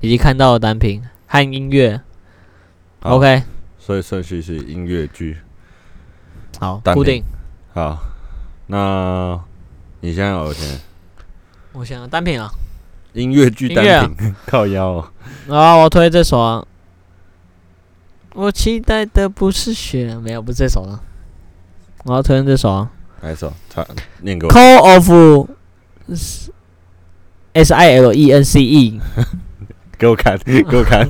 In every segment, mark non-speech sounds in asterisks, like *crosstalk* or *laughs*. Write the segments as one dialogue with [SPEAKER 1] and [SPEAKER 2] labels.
[SPEAKER 1] 以及看到的单品和音乐。
[SPEAKER 2] 好
[SPEAKER 1] OK，
[SPEAKER 2] 所以顺序是音乐剧。
[SPEAKER 1] 好，
[SPEAKER 2] 单品
[SPEAKER 1] 固定。
[SPEAKER 2] 好，那你现在有钱？
[SPEAKER 1] 我想单品啊，
[SPEAKER 2] 音乐剧
[SPEAKER 1] 音乐啊
[SPEAKER 2] 单品、靠腰、哦。
[SPEAKER 1] 然后我推这首啊。我期待的不是雪，没有，不是这首了。我要推荐这首啊，
[SPEAKER 2] 来一首，唱念给
[SPEAKER 1] 《
[SPEAKER 2] 我。
[SPEAKER 1] Call of S- S I L E N C E》。
[SPEAKER 2] 给我
[SPEAKER 1] *laughs*
[SPEAKER 2] 看，给我看。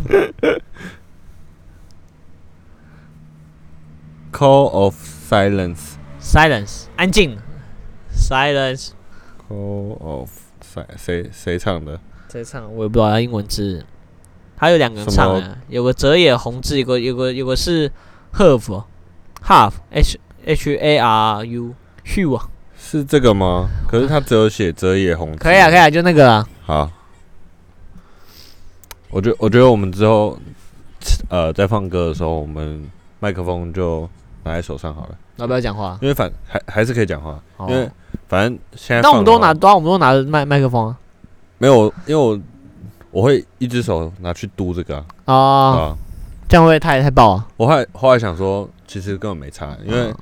[SPEAKER 2] Call of Silence。
[SPEAKER 1] Silence，安静。Silence，
[SPEAKER 2] Call of Si 谁谁唱的？
[SPEAKER 1] 这唱我也不知道它英文字，它有两个人唱
[SPEAKER 2] 什
[SPEAKER 1] 的，有个泽野弘志，有个有个有个是 Herf，Half H H A R U Hugh，啊
[SPEAKER 2] 是这个吗？可是他只有写泽野弘。
[SPEAKER 1] 可以啊可以。啊，就那个啦
[SPEAKER 2] 好，我觉我觉得我们之后呃在放歌的时候，我们麦克风就拿在手上好了，
[SPEAKER 1] 要不要讲话？
[SPEAKER 2] 因为反还还是可以讲话，
[SPEAKER 1] 哦
[SPEAKER 2] 因为反正现在
[SPEAKER 1] 那我
[SPEAKER 2] 放
[SPEAKER 1] 们
[SPEAKER 2] 的
[SPEAKER 1] 都
[SPEAKER 2] 话
[SPEAKER 1] 拿，对啊，我们都拿麦麦克风啊
[SPEAKER 2] 没有，因为我我会一只手拿去嘟这个啊，啊
[SPEAKER 1] 哦，这样会不会太太爆啊？
[SPEAKER 2] 我后来后来想说，其实根本没差，因
[SPEAKER 1] 嗯
[SPEAKER 2] 为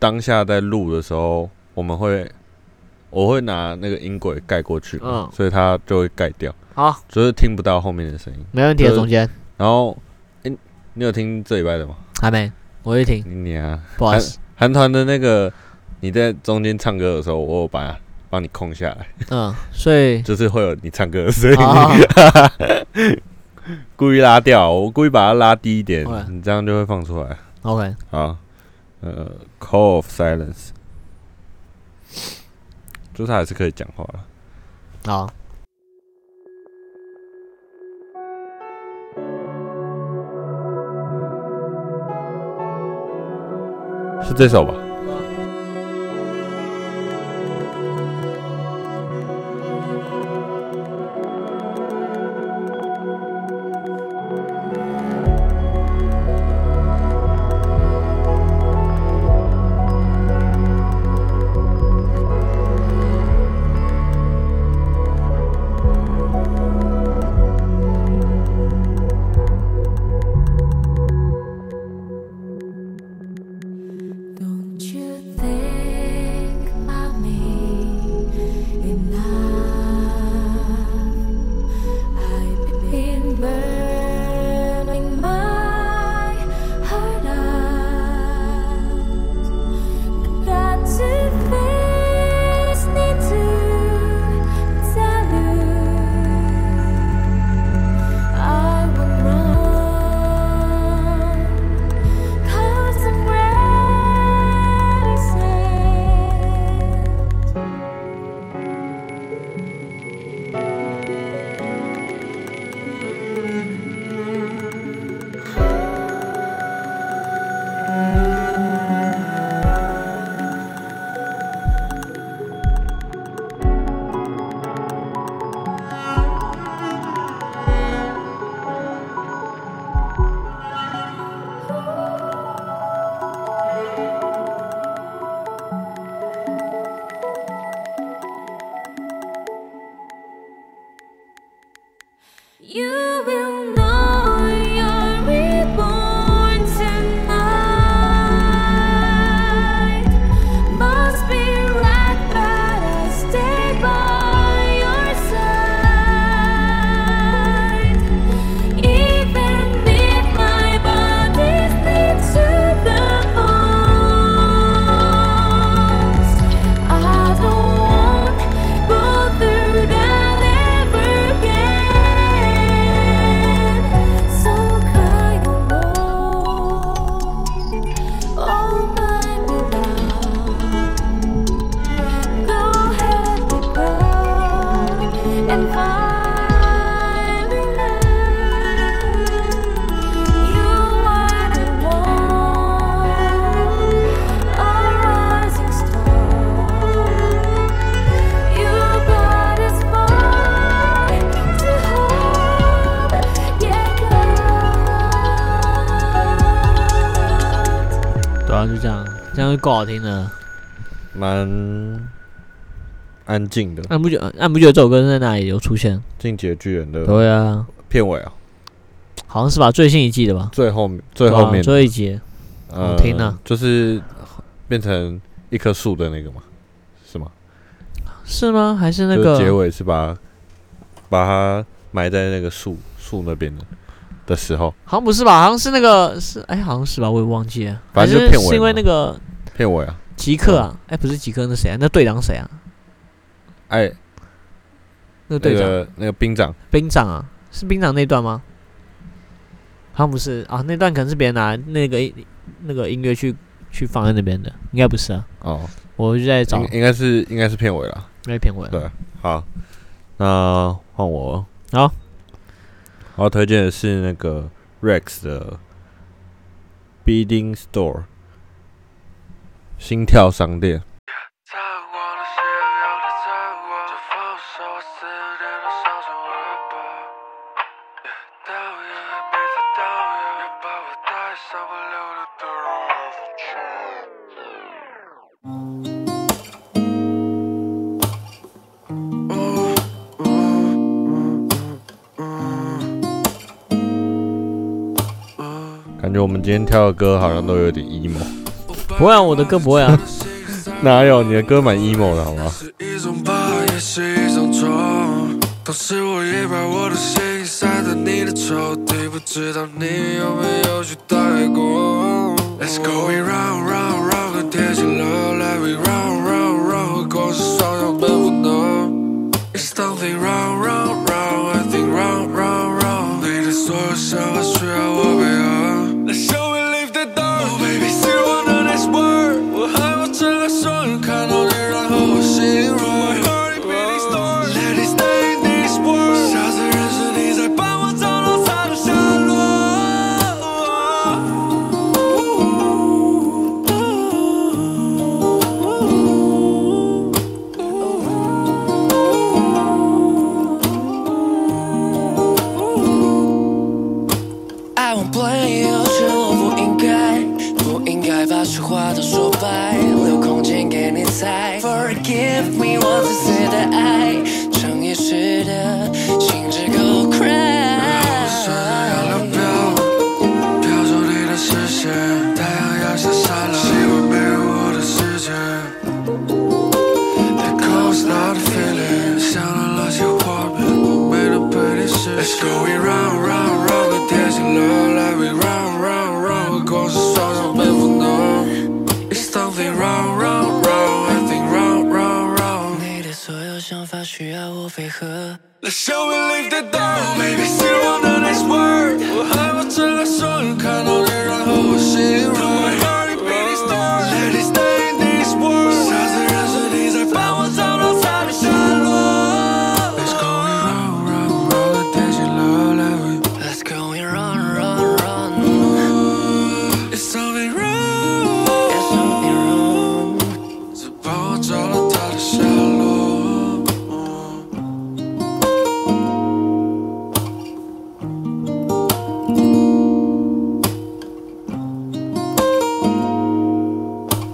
[SPEAKER 2] 当下在录的时候，我们会我会拿那个音轨盖过去，
[SPEAKER 1] 嗯
[SPEAKER 2] 所以它就会盖掉，
[SPEAKER 1] 好，
[SPEAKER 2] 就是听不到后面的声音。
[SPEAKER 1] 没问题
[SPEAKER 2] 就
[SPEAKER 1] 的，
[SPEAKER 2] 是
[SPEAKER 1] 总监
[SPEAKER 2] 然后，诶，你有听这礼拜的吗？
[SPEAKER 1] 还没，我去听，
[SPEAKER 2] 你娘，
[SPEAKER 1] 不好意思，
[SPEAKER 2] 韩团的那个你在中间唱歌的时候，我有把帮你空下来，
[SPEAKER 1] 嗯，所 *laughs* 以
[SPEAKER 2] 就是会有你唱歌的声音，
[SPEAKER 1] 啊
[SPEAKER 2] *laughs* 故意拉掉，我故意把它拉低一点
[SPEAKER 1] 好嘞，
[SPEAKER 2] 你这样就会放出来。
[SPEAKER 1] OK，
[SPEAKER 2] 好，呃，Call of Silence，就是还是可以讲话了。
[SPEAKER 1] 好，
[SPEAKER 2] 是这首吧？
[SPEAKER 3] Don't you think about me enough? I've been burning my heart out. That your face need to tell you I will run. Cause I'm restless. You will know you're reborn tonight. Must be right, but I stay by your side. Even if my body's near to the bones, I don't want go through that ever again.
[SPEAKER 2] 啊
[SPEAKER 1] 然后就这样，这样就够好听了。
[SPEAKER 2] 蛮安静的。
[SPEAKER 1] 那你不觉得？那你不觉得这首歌是在哪里有出现？
[SPEAKER 2] 进阶巨人的
[SPEAKER 1] 对啊，
[SPEAKER 2] 片尾啊，
[SPEAKER 1] 好像是吧，最新一季的吧，
[SPEAKER 2] 最后面最后
[SPEAKER 1] 对
[SPEAKER 2] 面
[SPEAKER 1] 啊最后一集。
[SPEAKER 2] 呃
[SPEAKER 1] 好听啊
[SPEAKER 2] 就是变成一棵树的那个嘛，是吗？
[SPEAKER 1] 是吗？还是那
[SPEAKER 2] 就
[SPEAKER 1] 个
[SPEAKER 2] 是结尾是把把它埋在那个树树那边的的时候，
[SPEAKER 1] 好像不是吧？好像是那个是哎，好像是吧，我也忘记了。
[SPEAKER 2] 反正就
[SPEAKER 1] 还是
[SPEAKER 2] 片尾
[SPEAKER 1] 是因为
[SPEAKER 2] 嘛
[SPEAKER 1] 那个
[SPEAKER 2] 片尾啊，
[SPEAKER 1] 吉克啊，哎，不是吉克，那谁啊？那队长谁啊？
[SPEAKER 2] 哎，
[SPEAKER 1] 哦那
[SPEAKER 2] 那
[SPEAKER 1] 队长
[SPEAKER 2] 个那个兵长，
[SPEAKER 1] 兵长啊，是兵长那段吗？好像不是啊，那段可能是别人拿那个那个音乐去去放在那边的，应该不是啊。
[SPEAKER 2] 哦，
[SPEAKER 1] 我就在找
[SPEAKER 2] 应应该是应该是片尾了。
[SPEAKER 1] 那片尾。啊
[SPEAKER 2] 对好，那换我。
[SPEAKER 1] 好，
[SPEAKER 2] 我要推荐的是那个 Rex 的 Beading Store 心跳商店。
[SPEAKER 4] 在我的心有的在我，这放手我思念都烧成我的包。导演，名字导演，你把我带上我留的都是我付
[SPEAKER 2] 感觉我们今天挑的歌好像都有点 emo，
[SPEAKER 1] 不会啊，我的歌不会啊。
[SPEAKER 2] 哪有你的歌蛮 emo 的好吗？
[SPEAKER 4] 是一种吧，也是一种痛。当时我以为我的心塞在你的抽屉，不知道你有没有去带过。Let's go we round round round，很贴近了来 we round round round，光是双手奔赴呢。It's something round round round，I think round round round，你的所有想法需要我配合。Let's show we leave the door。Oh baby，希望的 next word，我还要睁开双眼看到你，然后我心软。My heart is beating storm。Let it stay in this world。下次认识你，再帮我找到它的下落。I won't blame you，是我不应该，不应该把实话都说白，留空间给你猜。Forgive me，我自私的爱，逞一时的心只够 cry。想要流标，标注你的视线，太阳要下山了，希望没有我的世界。That comes not a feeling 想到那些画面，我没能陪你实现。Let's go we round round round，跟贴近了来 we round round round，光是双手被抚弄。It's something round round round，I think round round round。你的所有想法需要我配合。Let's show we leave the door。Oh baby，希望的 next word，我还没睁开双眼看到你，然后我心软。My heart is beating strong。Let it stay in this world。下次认识你，再帮我找到它的下落。Let's go we run run run，的天气了来回。Let's go we run run run。It's something wrong。It's something wrong。再帮我找到它的下落。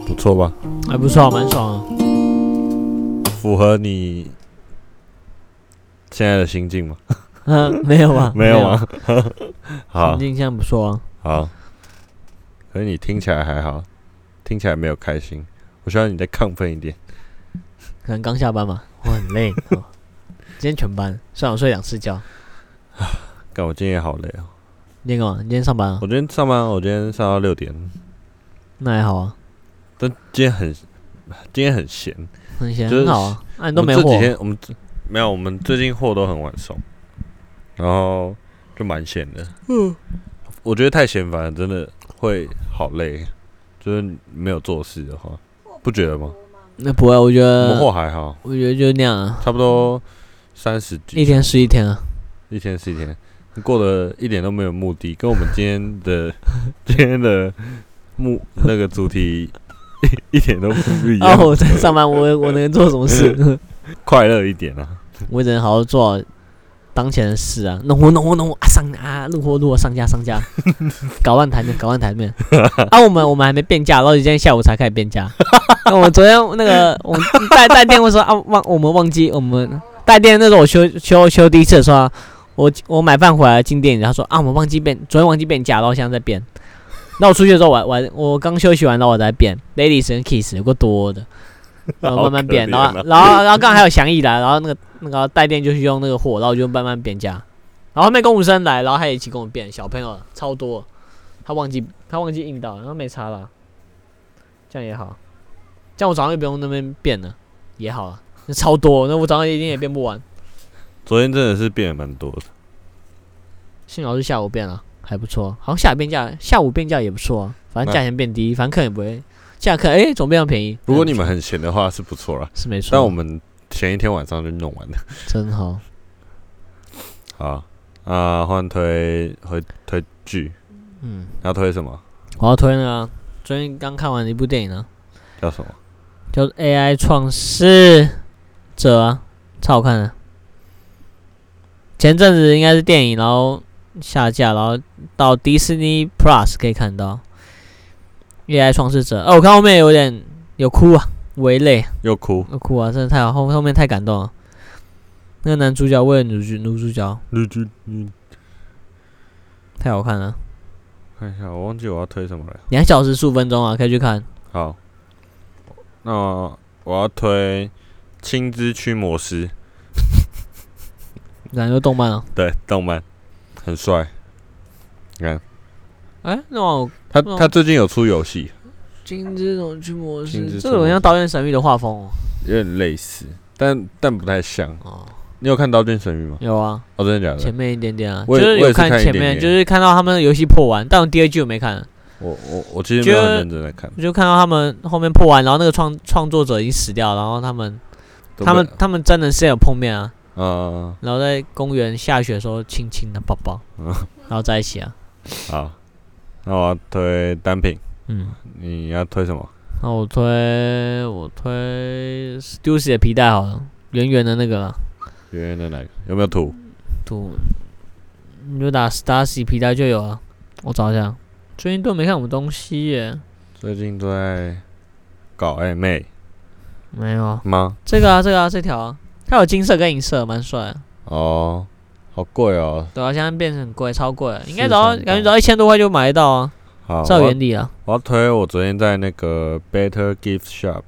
[SPEAKER 2] 不错吧？
[SPEAKER 1] 还不错，蛮爽啊。
[SPEAKER 2] 符合你现在的心境吗？
[SPEAKER 1] 嗯，没有啊， *laughs*
[SPEAKER 2] 没有吗？ *laughs* 好
[SPEAKER 1] 环境现在不错啊。
[SPEAKER 2] 好，可是你听起来还好，听起来没有开心。我希望你再亢奋一点。
[SPEAKER 1] 可能刚下班嘛，我很累。 *laughs* 哦今天全班，虽然我睡两次觉。
[SPEAKER 2] 干，我今天也好累哦。
[SPEAKER 1] 你今天干嘛？你今天上班啊
[SPEAKER 2] 我？今天上班，我今天上到六点，
[SPEAKER 1] 那还好啊，
[SPEAKER 2] 但今天很今天很闲。
[SPEAKER 1] 很闲，
[SPEAKER 2] 就是
[SPEAKER 1] 很好啊。那、你
[SPEAKER 2] 我
[SPEAKER 1] 都
[SPEAKER 2] 们
[SPEAKER 1] 没
[SPEAKER 2] 这几
[SPEAKER 1] 货，
[SPEAKER 2] 天我们这没有，我们最近货都很晚送，然后就蛮闲的。嗯，我觉得太闲烦了，真的会好累，就是没有做事的话，不觉得吗？
[SPEAKER 1] 那不会，我觉
[SPEAKER 2] 我们
[SPEAKER 1] 得，
[SPEAKER 2] 货还好，
[SPEAKER 1] 我觉得就那样啊，
[SPEAKER 2] 差不多三十几，
[SPEAKER 1] 一天是一天啊。
[SPEAKER 2] 一天是一天，你过得一点都没有目的，跟我们今天的今天的目那个主题一一点都不一
[SPEAKER 1] 啊，
[SPEAKER 2] 样，
[SPEAKER 1] 我在
[SPEAKER 2] *laughs*
[SPEAKER 1] 上班，我我能做什么事？
[SPEAKER 2] 快乐一点啊！
[SPEAKER 1] 我只能好好做好当前的事啊，弄活弄活弄活啊上啊，入货入货上架
[SPEAKER 2] *laughs*
[SPEAKER 1] 上架，搞烂台面搞烂台面啊！我们我们还没变价，然后今天下午才开始变价。 *laughs* 那我昨天那个我们带带电会说啊忘我们忘记我们带电那时候我修修修第一次的时候、啊，我我买饭回来进店里，他说啊我们忘记变昨天忘记变价，然后现在在变。那我出去的时候我还我还我刚休息完，然后我在变 ladies and kiss 有个
[SPEAKER 2] *laughs*
[SPEAKER 1] 多的。然后慢慢变，然
[SPEAKER 2] 好
[SPEAKER 1] 后
[SPEAKER 2] 可怜啊
[SPEAKER 1] 然后然后刚才还有翔义来，然后那个那个带电就是用那个火，然后就慢慢变价，然后后面公务生来，然后他也一起跟我变，小朋友超多，他忘记他忘记印到，然后没差了，这样也好，这样我早上就不用那边变了，也好啊，那超多，那我早上一定也变不完，
[SPEAKER 2] 昨天真的是变得蛮多的，
[SPEAKER 1] 幸好是下午变了，还不错，好像下午变价，下午变价也不错啊，反正价钱变低，反正客人也不会，下课哎总变得便宜，
[SPEAKER 2] 如果
[SPEAKER 1] 嗯
[SPEAKER 2] 你们很闲的话是不错啦，
[SPEAKER 1] 是没错，
[SPEAKER 2] 但我们前一天晚上就弄完了。
[SPEAKER 1] 啊真好，
[SPEAKER 2] 好，啊，换推回推剧，
[SPEAKER 1] 嗯。
[SPEAKER 2] 要推什么？
[SPEAKER 1] 我要推呢，最近刚看完的一部电影啊呢，
[SPEAKER 2] 叫什么？
[SPEAKER 1] 叫《AI 创世者》啊，超好看的。前阵子应该是电影，然后下架，然后到 Disney Plus 可以看到《AI 创世者》。哦，我看后面有点有哭啊，微泪。
[SPEAKER 2] 又哭？
[SPEAKER 1] 我哭啊，真的太好，后后面太感动了。那个男主角为了女主女主角
[SPEAKER 2] 绿军，嗯，
[SPEAKER 1] 太好看了，
[SPEAKER 2] 看一下，哎我忘记我要推什么了。
[SPEAKER 1] 两小时十五分钟啊，可以去看。
[SPEAKER 2] 好，那我要推《青之驱魔师》，
[SPEAKER 1] 然后动漫啊，
[SPEAKER 2] 对，动漫，很帅。你看
[SPEAKER 1] 哎、那我
[SPEAKER 2] 他，
[SPEAKER 1] 哦
[SPEAKER 2] 他最近有出游戏，
[SPEAKER 1] 金之种驱魔
[SPEAKER 2] 金之
[SPEAKER 1] 师，这
[SPEAKER 2] 种
[SPEAKER 1] 种像
[SPEAKER 2] 驱
[SPEAKER 1] 导演神域的画风哦。
[SPEAKER 2] 有点类似，但但不太像。
[SPEAKER 1] 哦
[SPEAKER 2] 你有看《刀剑神域》吗？
[SPEAKER 1] 有啊，
[SPEAKER 2] 哦，真的假
[SPEAKER 1] 前
[SPEAKER 2] 的？
[SPEAKER 1] 面一点点啊，
[SPEAKER 2] 我
[SPEAKER 1] 就
[SPEAKER 2] 也
[SPEAKER 1] 是
[SPEAKER 2] 我也
[SPEAKER 1] 有
[SPEAKER 2] 是
[SPEAKER 1] 看
[SPEAKER 2] 看一
[SPEAKER 1] 前
[SPEAKER 2] 点
[SPEAKER 1] 面，
[SPEAKER 2] 点
[SPEAKER 1] 就是看到他们游戏破完，但我第二季我没看，
[SPEAKER 2] 我我我其实没有
[SPEAKER 1] 觉
[SPEAKER 2] 很
[SPEAKER 1] 得
[SPEAKER 2] 认真在看，
[SPEAKER 1] 就看到他们后面破完，然后那个创创作者已经死掉，然后他们
[SPEAKER 2] 都
[SPEAKER 1] 他们
[SPEAKER 2] 没
[SPEAKER 1] 他们真人是有碰面啊，
[SPEAKER 2] 啊，
[SPEAKER 1] 然后在公园下雪的时候亲亲的抱
[SPEAKER 2] *laughs*
[SPEAKER 1] 抱，
[SPEAKER 2] 嗯
[SPEAKER 1] 然后在一起啊，
[SPEAKER 2] 好，那我要推单品，
[SPEAKER 1] 嗯，
[SPEAKER 2] 你要推什么？
[SPEAKER 1] 那我推我推 Stussy 的皮带好了，圆圆的那个啦，
[SPEAKER 2] 圆圆的哪个？有没有图？
[SPEAKER 1] 图你就打 Stussy 皮带就有啊，我找一下，最近都没看我们东西耶，
[SPEAKER 2] 最近都在搞暧昧
[SPEAKER 1] 没有啊。
[SPEAKER 2] 吗？
[SPEAKER 1] 这个啊，这个啊，这条啊，它有金色跟银色，蛮帅的。
[SPEAKER 2] 哦，好贵哦。
[SPEAKER 1] 对啊，现在变成很贵，超贵了，应该
[SPEAKER 2] 四
[SPEAKER 1] 只要
[SPEAKER 2] 三八
[SPEAKER 1] 感觉只要一千多块就买得到啊，
[SPEAKER 2] 好，
[SPEAKER 1] 照
[SPEAKER 2] 我要
[SPEAKER 1] 原理啊。
[SPEAKER 2] 我要推我昨天在那个 Better Gift Shop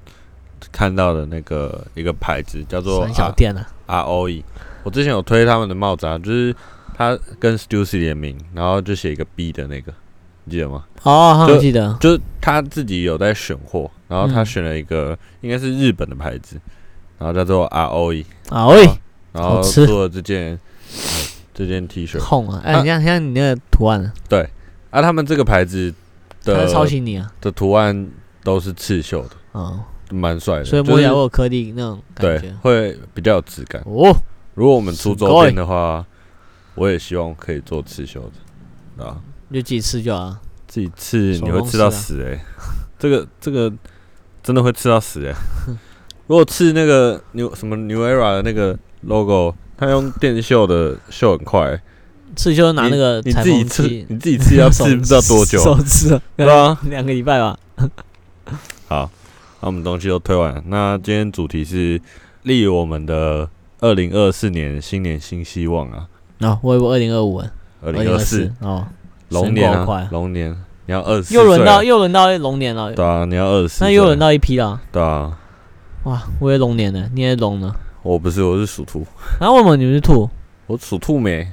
[SPEAKER 2] 看到的那个一个牌子叫做
[SPEAKER 1] 三小
[SPEAKER 2] R
[SPEAKER 1] 店啊，
[SPEAKER 2] R O E。我之前有推他们的帽子啊，就是它跟 Stussy 联名，然后就写一个 B 的那个，你记得吗？
[SPEAKER 1] 哦，
[SPEAKER 2] 就
[SPEAKER 1] 我记得，
[SPEAKER 2] 就是他自己有在选货，然后他
[SPEAKER 1] 嗯
[SPEAKER 2] 选了一个应该是日本的牌子，然后叫做 R O E，
[SPEAKER 1] 啊喂，
[SPEAKER 2] 然后
[SPEAKER 1] 好吃
[SPEAKER 2] 做了这件嗯这件 T 恤
[SPEAKER 1] 痛啊！哎，
[SPEAKER 2] 啊
[SPEAKER 1] 你看，像你那个图案啊，
[SPEAKER 2] 啊，他们这个牌子
[SPEAKER 1] 它
[SPEAKER 2] 的
[SPEAKER 1] 在抄袭你啊，
[SPEAKER 2] 的图案都是刺绣的，
[SPEAKER 1] 哦，
[SPEAKER 2] 蛮帅的，
[SPEAKER 1] 所以
[SPEAKER 2] 就
[SPEAKER 1] 摸
[SPEAKER 2] 是
[SPEAKER 1] 起来会有颗粒那种感
[SPEAKER 2] 对
[SPEAKER 1] 觉。
[SPEAKER 2] 会比较有质感。
[SPEAKER 1] 哦，
[SPEAKER 2] 如果我们出
[SPEAKER 1] すご
[SPEAKER 2] 周
[SPEAKER 1] い
[SPEAKER 2] 边的话，我也希望可以做刺绣的啊，
[SPEAKER 1] 就几次就好啊，
[SPEAKER 2] 自己刺
[SPEAKER 1] 手
[SPEAKER 2] 你会
[SPEAKER 1] 工
[SPEAKER 2] 刺到
[SPEAKER 1] 刺啊
[SPEAKER 2] 死哎、 *laughs* 这个这个真的会刺到死哎、 *laughs* 如果刺那个 New 什么 New Era 的那个 logo，它用电绣的绣很快欸、
[SPEAKER 1] 刺就拿那个
[SPEAKER 2] 你
[SPEAKER 1] 裁
[SPEAKER 2] 自己
[SPEAKER 1] 缝
[SPEAKER 2] 刺
[SPEAKER 1] 呃机，
[SPEAKER 2] 你自己刺要
[SPEAKER 1] *laughs*
[SPEAKER 2] 刺不知道多久，
[SPEAKER 1] 手刺啊，
[SPEAKER 2] 对啊。
[SPEAKER 1] 两个礼拜吧。
[SPEAKER 2] 好，那我们东西都推完了。那今天主题是立于我们的二零二四年新年新希望啊，
[SPEAKER 1] 啊，我以为二零二五啊，
[SPEAKER 2] 二
[SPEAKER 1] 二
[SPEAKER 2] 零二四
[SPEAKER 1] 哦，
[SPEAKER 2] 龙年
[SPEAKER 1] 时光快
[SPEAKER 2] 啊
[SPEAKER 1] 啊，
[SPEAKER 2] 龙啊年你要二十，
[SPEAKER 1] 又轮到又轮到龙年了，
[SPEAKER 2] 对啊，你要二十，
[SPEAKER 1] 那又轮到一批了。
[SPEAKER 2] 对啊，
[SPEAKER 1] 哇，我也龙年了，你也龙了，
[SPEAKER 2] 我不是我是属兔，
[SPEAKER 1] 然后为什么你们是兔？
[SPEAKER 2] 我属兔没。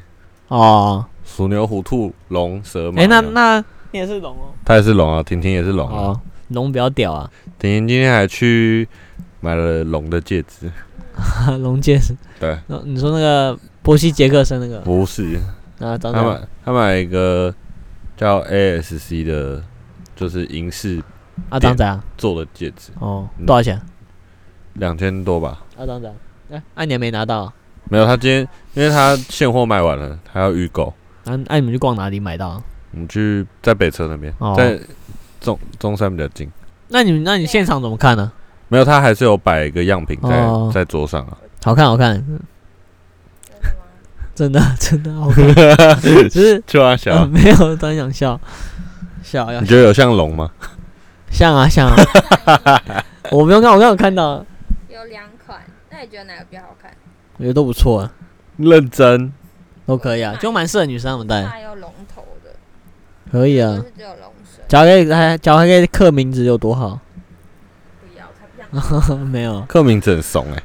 [SPEAKER 1] 哦，
[SPEAKER 2] 鼠牛虎兔龙蛇马
[SPEAKER 1] 哎、
[SPEAKER 2] 羊，
[SPEAKER 1] 那那你也是龙哦。
[SPEAKER 2] 他也是龙啊，婷婷也是龙啊。
[SPEAKER 1] 哦，龙比较屌啊， *laughs*
[SPEAKER 2] 婷婷今天还去买了龙的戒指，
[SPEAKER 1] 龙戒指。
[SPEAKER 2] 对
[SPEAKER 1] 哦。你说那个波西杰克森那个
[SPEAKER 2] 不是，
[SPEAKER 1] 啊，长
[SPEAKER 2] 他
[SPEAKER 1] 什么？
[SPEAKER 2] 买他买一个叫 ASC 的，就是银饰
[SPEAKER 1] 啊，长仔啊。
[SPEAKER 2] 做的戒指，
[SPEAKER 1] 哦，
[SPEAKER 2] 嗯
[SPEAKER 1] 多少钱？
[SPEAKER 2] 两千多吧。
[SPEAKER 1] 啊，长仔啊。哎、啊，你还没拿到啊？
[SPEAKER 2] 没有，他今天因为他现货卖完了，还要预购。
[SPEAKER 1] 啊，那、啊、你们去逛哪里买到啊、
[SPEAKER 2] 我们去在北车那边，
[SPEAKER 1] 哦
[SPEAKER 2] 在中中山比较近。
[SPEAKER 1] 那你们那你现场怎么看呢、
[SPEAKER 2] 没有，他还是有摆一个样品在
[SPEAKER 1] 哦 *laughs*
[SPEAKER 2] 在桌上啊。
[SPEAKER 1] 好看，好看。真的 *laughs* 真的好看，只
[SPEAKER 2] *laughs*
[SPEAKER 1] 是、
[SPEAKER 2] 就要想
[SPEAKER 1] 呃、，没有突然想笑，笑要
[SPEAKER 2] 你觉得有像龙吗？
[SPEAKER 1] 像啊像啊，啊 *laughs* 我没有看，我刚有看到，
[SPEAKER 5] 有两款，那你觉得哪个比较好看？
[SPEAKER 1] 我觉得都不错、啊，
[SPEAKER 2] 认真，
[SPEAKER 1] 都可以啊， *laughs* 就蛮适合女生她们戴的，
[SPEAKER 5] 那有龙头的，
[SPEAKER 1] 可以
[SPEAKER 5] 不
[SPEAKER 1] 啊，
[SPEAKER 5] 是只有龙身。
[SPEAKER 1] 只要可以还只要还可以刻名字有多好，
[SPEAKER 5] 不要，才不要。
[SPEAKER 1] *laughs* 没有，
[SPEAKER 2] 克明子很怂哎、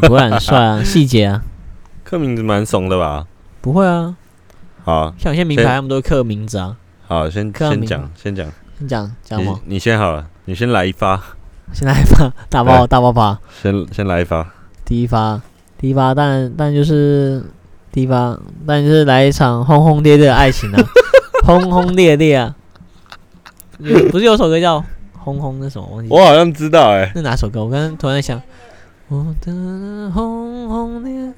[SPEAKER 1] 不会很帅 *laughs* 啊，细节啊，
[SPEAKER 2] 克明子蛮怂的吧？
[SPEAKER 1] 不会啊，
[SPEAKER 2] 好
[SPEAKER 1] 像有些名牌他们都会刻名字啊，
[SPEAKER 2] 好，先
[SPEAKER 1] 克明
[SPEAKER 2] 先讲，先讲，
[SPEAKER 1] 你讲讲
[SPEAKER 2] 你
[SPEAKER 1] 嘛，
[SPEAKER 2] 你先好了，你先来一发，
[SPEAKER 1] 现在 *laughs* 发大爆大爆发。
[SPEAKER 2] 先先来一发，
[SPEAKER 1] 第一发，第一发，但但就是第一发，但就是来一场轰轰烈烈的爱 *laughs* 情啊，轰轰烈烈啊！有不是有首歌叫《轰轰》那什么？忘记
[SPEAKER 2] *laughs* 我好像知道哎、
[SPEAKER 1] 那哪首歌？我刚刚突然在想，我的轰轰烈，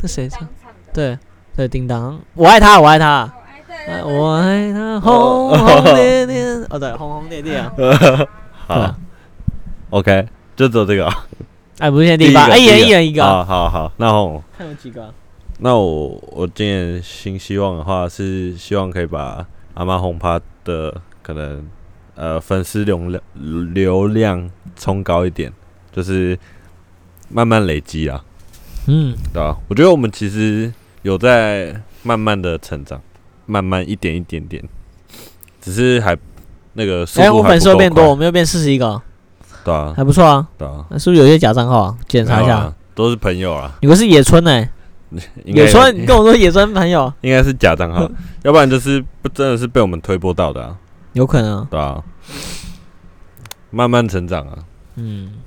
[SPEAKER 1] 那谁唱？对对，叮当，我爱他，我爱他，哎我爱他，轰轰烈烈。 *laughs* 哦，对，轰轰烈烈啊！
[SPEAKER 2] *laughs* 好、
[SPEAKER 1] 对啊
[SPEAKER 2] o k 就走这个、啊，
[SPEAKER 1] *laughs* 哎，不是现在第
[SPEAKER 2] *laughs*
[SPEAKER 1] 一发，哎，一人一人一个啊，
[SPEAKER 2] 好好好，那我
[SPEAKER 1] 看有几个啊？
[SPEAKER 2] 那我我今年新希望的话是希望可以把阿妈红趴的可能呃粉丝流量流量冲高一点，就是慢慢累积啊，
[SPEAKER 1] 嗯，
[SPEAKER 2] 对吧、我觉得我们其实有在慢慢的成长，慢慢一点一点点，只是还那个速
[SPEAKER 1] 哎，
[SPEAKER 2] 度
[SPEAKER 1] 我
[SPEAKER 2] 还
[SPEAKER 1] 粉
[SPEAKER 2] 不
[SPEAKER 1] 丝又
[SPEAKER 2] 够
[SPEAKER 1] 变多，我
[SPEAKER 2] 快，
[SPEAKER 1] 们又变四十一个，
[SPEAKER 2] 对啊
[SPEAKER 1] 还不错啊。
[SPEAKER 2] 对啊，
[SPEAKER 1] 那是不是有些假账号啊？检查
[SPEAKER 2] 没
[SPEAKER 1] 一
[SPEAKER 2] 有
[SPEAKER 1] 下
[SPEAKER 2] 啊。，都是朋友啊，
[SPEAKER 1] 你们是野村哎、
[SPEAKER 2] 应该
[SPEAKER 1] 野村，你跟我说野村朋友，
[SPEAKER 2] 应该是假账
[SPEAKER 1] *laughs*
[SPEAKER 2] 号，要不然就是不真的是被我们推播到的啊。
[SPEAKER 1] 有可能、啊。
[SPEAKER 2] 对啊，慢慢成长啊。
[SPEAKER 1] 嗯，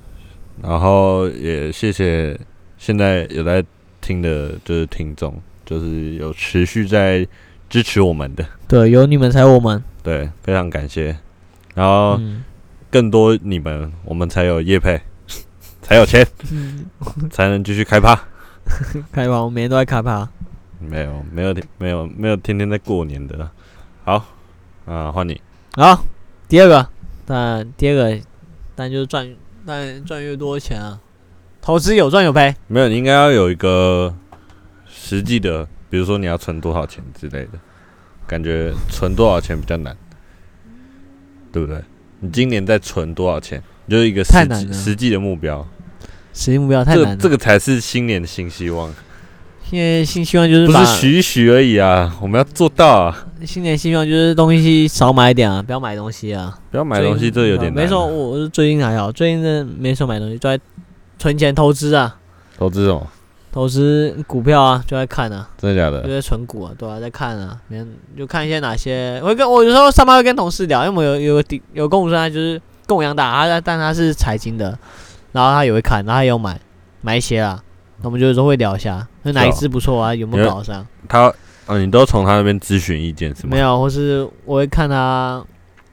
[SPEAKER 2] 然后也谢谢现在有在听的，就是听众，就是有持续在支持我们的，
[SPEAKER 1] 对，有你们才有我们。
[SPEAKER 2] 对，非常感谢。然后
[SPEAKER 1] 嗯，
[SPEAKER 2] 更多你们，我们才有业配， *laughs* 才有钱，
[SPEAKER 1] 嗯
[SPEAKER 2] 才能继续开趴。
[SPEAKER 1] 开吧，我每天都在开趴。
[SPEAKER 2] 没有，没有，没有，没有，天天在过年的啦。好，啊，换你。
[SPEAKER 1] 好，第二个，但第二个，但就是赚，但赚越多钱啊，投资有赚有赔。
[SPEAKER 2] 没有，你应该要有一个实际的，比如说你要存多少钱之类的，感觉存多少钱比较难，对不对？你今年在存多少钱，你就是一个实
[SPEAKER 1] 太难
[SPEAKER 2] 际
[SPEAKER 1] 了
[SPEAKER 2] 实际的目标，
[SPEAKER 1] 实际目标太
[SPEAKER 2] 这
[SPEAKER 1] 难
[SPEAKER 2] 个
[SPEAKER 1] 了。
[SPEAKER 2] 这个
[SPEAKER 1] 个，
[SPEAKER 2] 才是新年的新希望，
[SPEAKER 1] 现在新希望就是
[SPEAKER 2] 不
[SPEAKER 1] 把
[SPEAKER 2] 是许一许而已啊，我们要做到啊！
[SPEAKER 1] 新年新希望就是东西少买一点啊，不要买东西啊。
[SPEAKER 2] 不要买东西，这有点难
[SPEAKER 1] 呃没什么，
[SPEAKER 2] 啊。
[SPEAKER 1] 我我最近还好，最近真的没什么买东西，就在存钱投资啊。
[SPEAKER 2] 投资什么？
[SPEAKER 1] 投资股票啊，就在看啊，
[SPEAKER 2] 真的假
[SPEAKER 1] 就
[SPEAKER 2] 的？
[SPEAKER 1] 在存股啊，对啊，在看啊，每天就看一些哪些。我会跟我有时候上班会跟同事聊，因为我有有个弟有公务生，他就是跟我一样大，他但他是财经的，然后他也会看，然后他也有买买一些啊。那我们就有时候会聊一下，那哪一支不错啊，有没有
[SPEAKER 2] 你会
[SPEAKER 1] 搞上？
[SPEAKER 2] 他啊，你都从他那边咨询意见是吗？
[SPEAKER 1] 没有，或是我会看他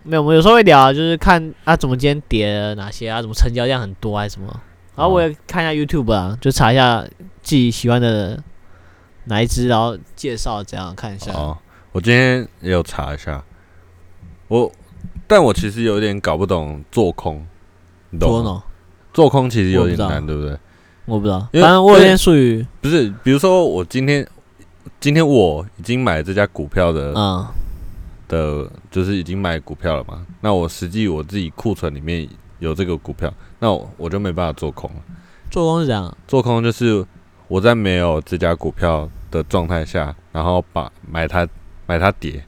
[SPEAKER 1] 没有，我们有时候会聊啊，就是看他怎么今天跌了哪些啊，怎么成交量很多还是什么。然后我也看一下 YouTube 啊，就查一下自己喜欢的哪一只，然后介绍怎样看一下。
[SPEAKER 2] 哦，我今天也有查一下，我但我其实有点搞不懂做空，你懂
[SPEAKER 1] 多
[SPEAKER 2] 吗？
[SPEAKER 1] 呢，
[SPEAKER 2] 做空其实有
[SPEAKER 1] 我
[SPEAKER 2] 点
[SPEAKER 1] 不知道
[SPEAKER 2] 难，对不对？
[SPEAKER 1] 我不知道，
[SPEAKER 2] 因为
[SPEAKER 1] 反正我有点术语，
[SPEAKER 2] 不是，比如说我今天今天我已经买这家股票的、
[SPEAKER 1] 嗯，
[SPEAKER 2] 的，就是已经买股票了嘛，那我实际我自己库存里面有这个股票，那我我就没办法做空了。
[SPEAKER 1] 做工是这样，
[SPEAKER 2] 做空就是我在没有这家股票的状态下，然后把买它买它跌，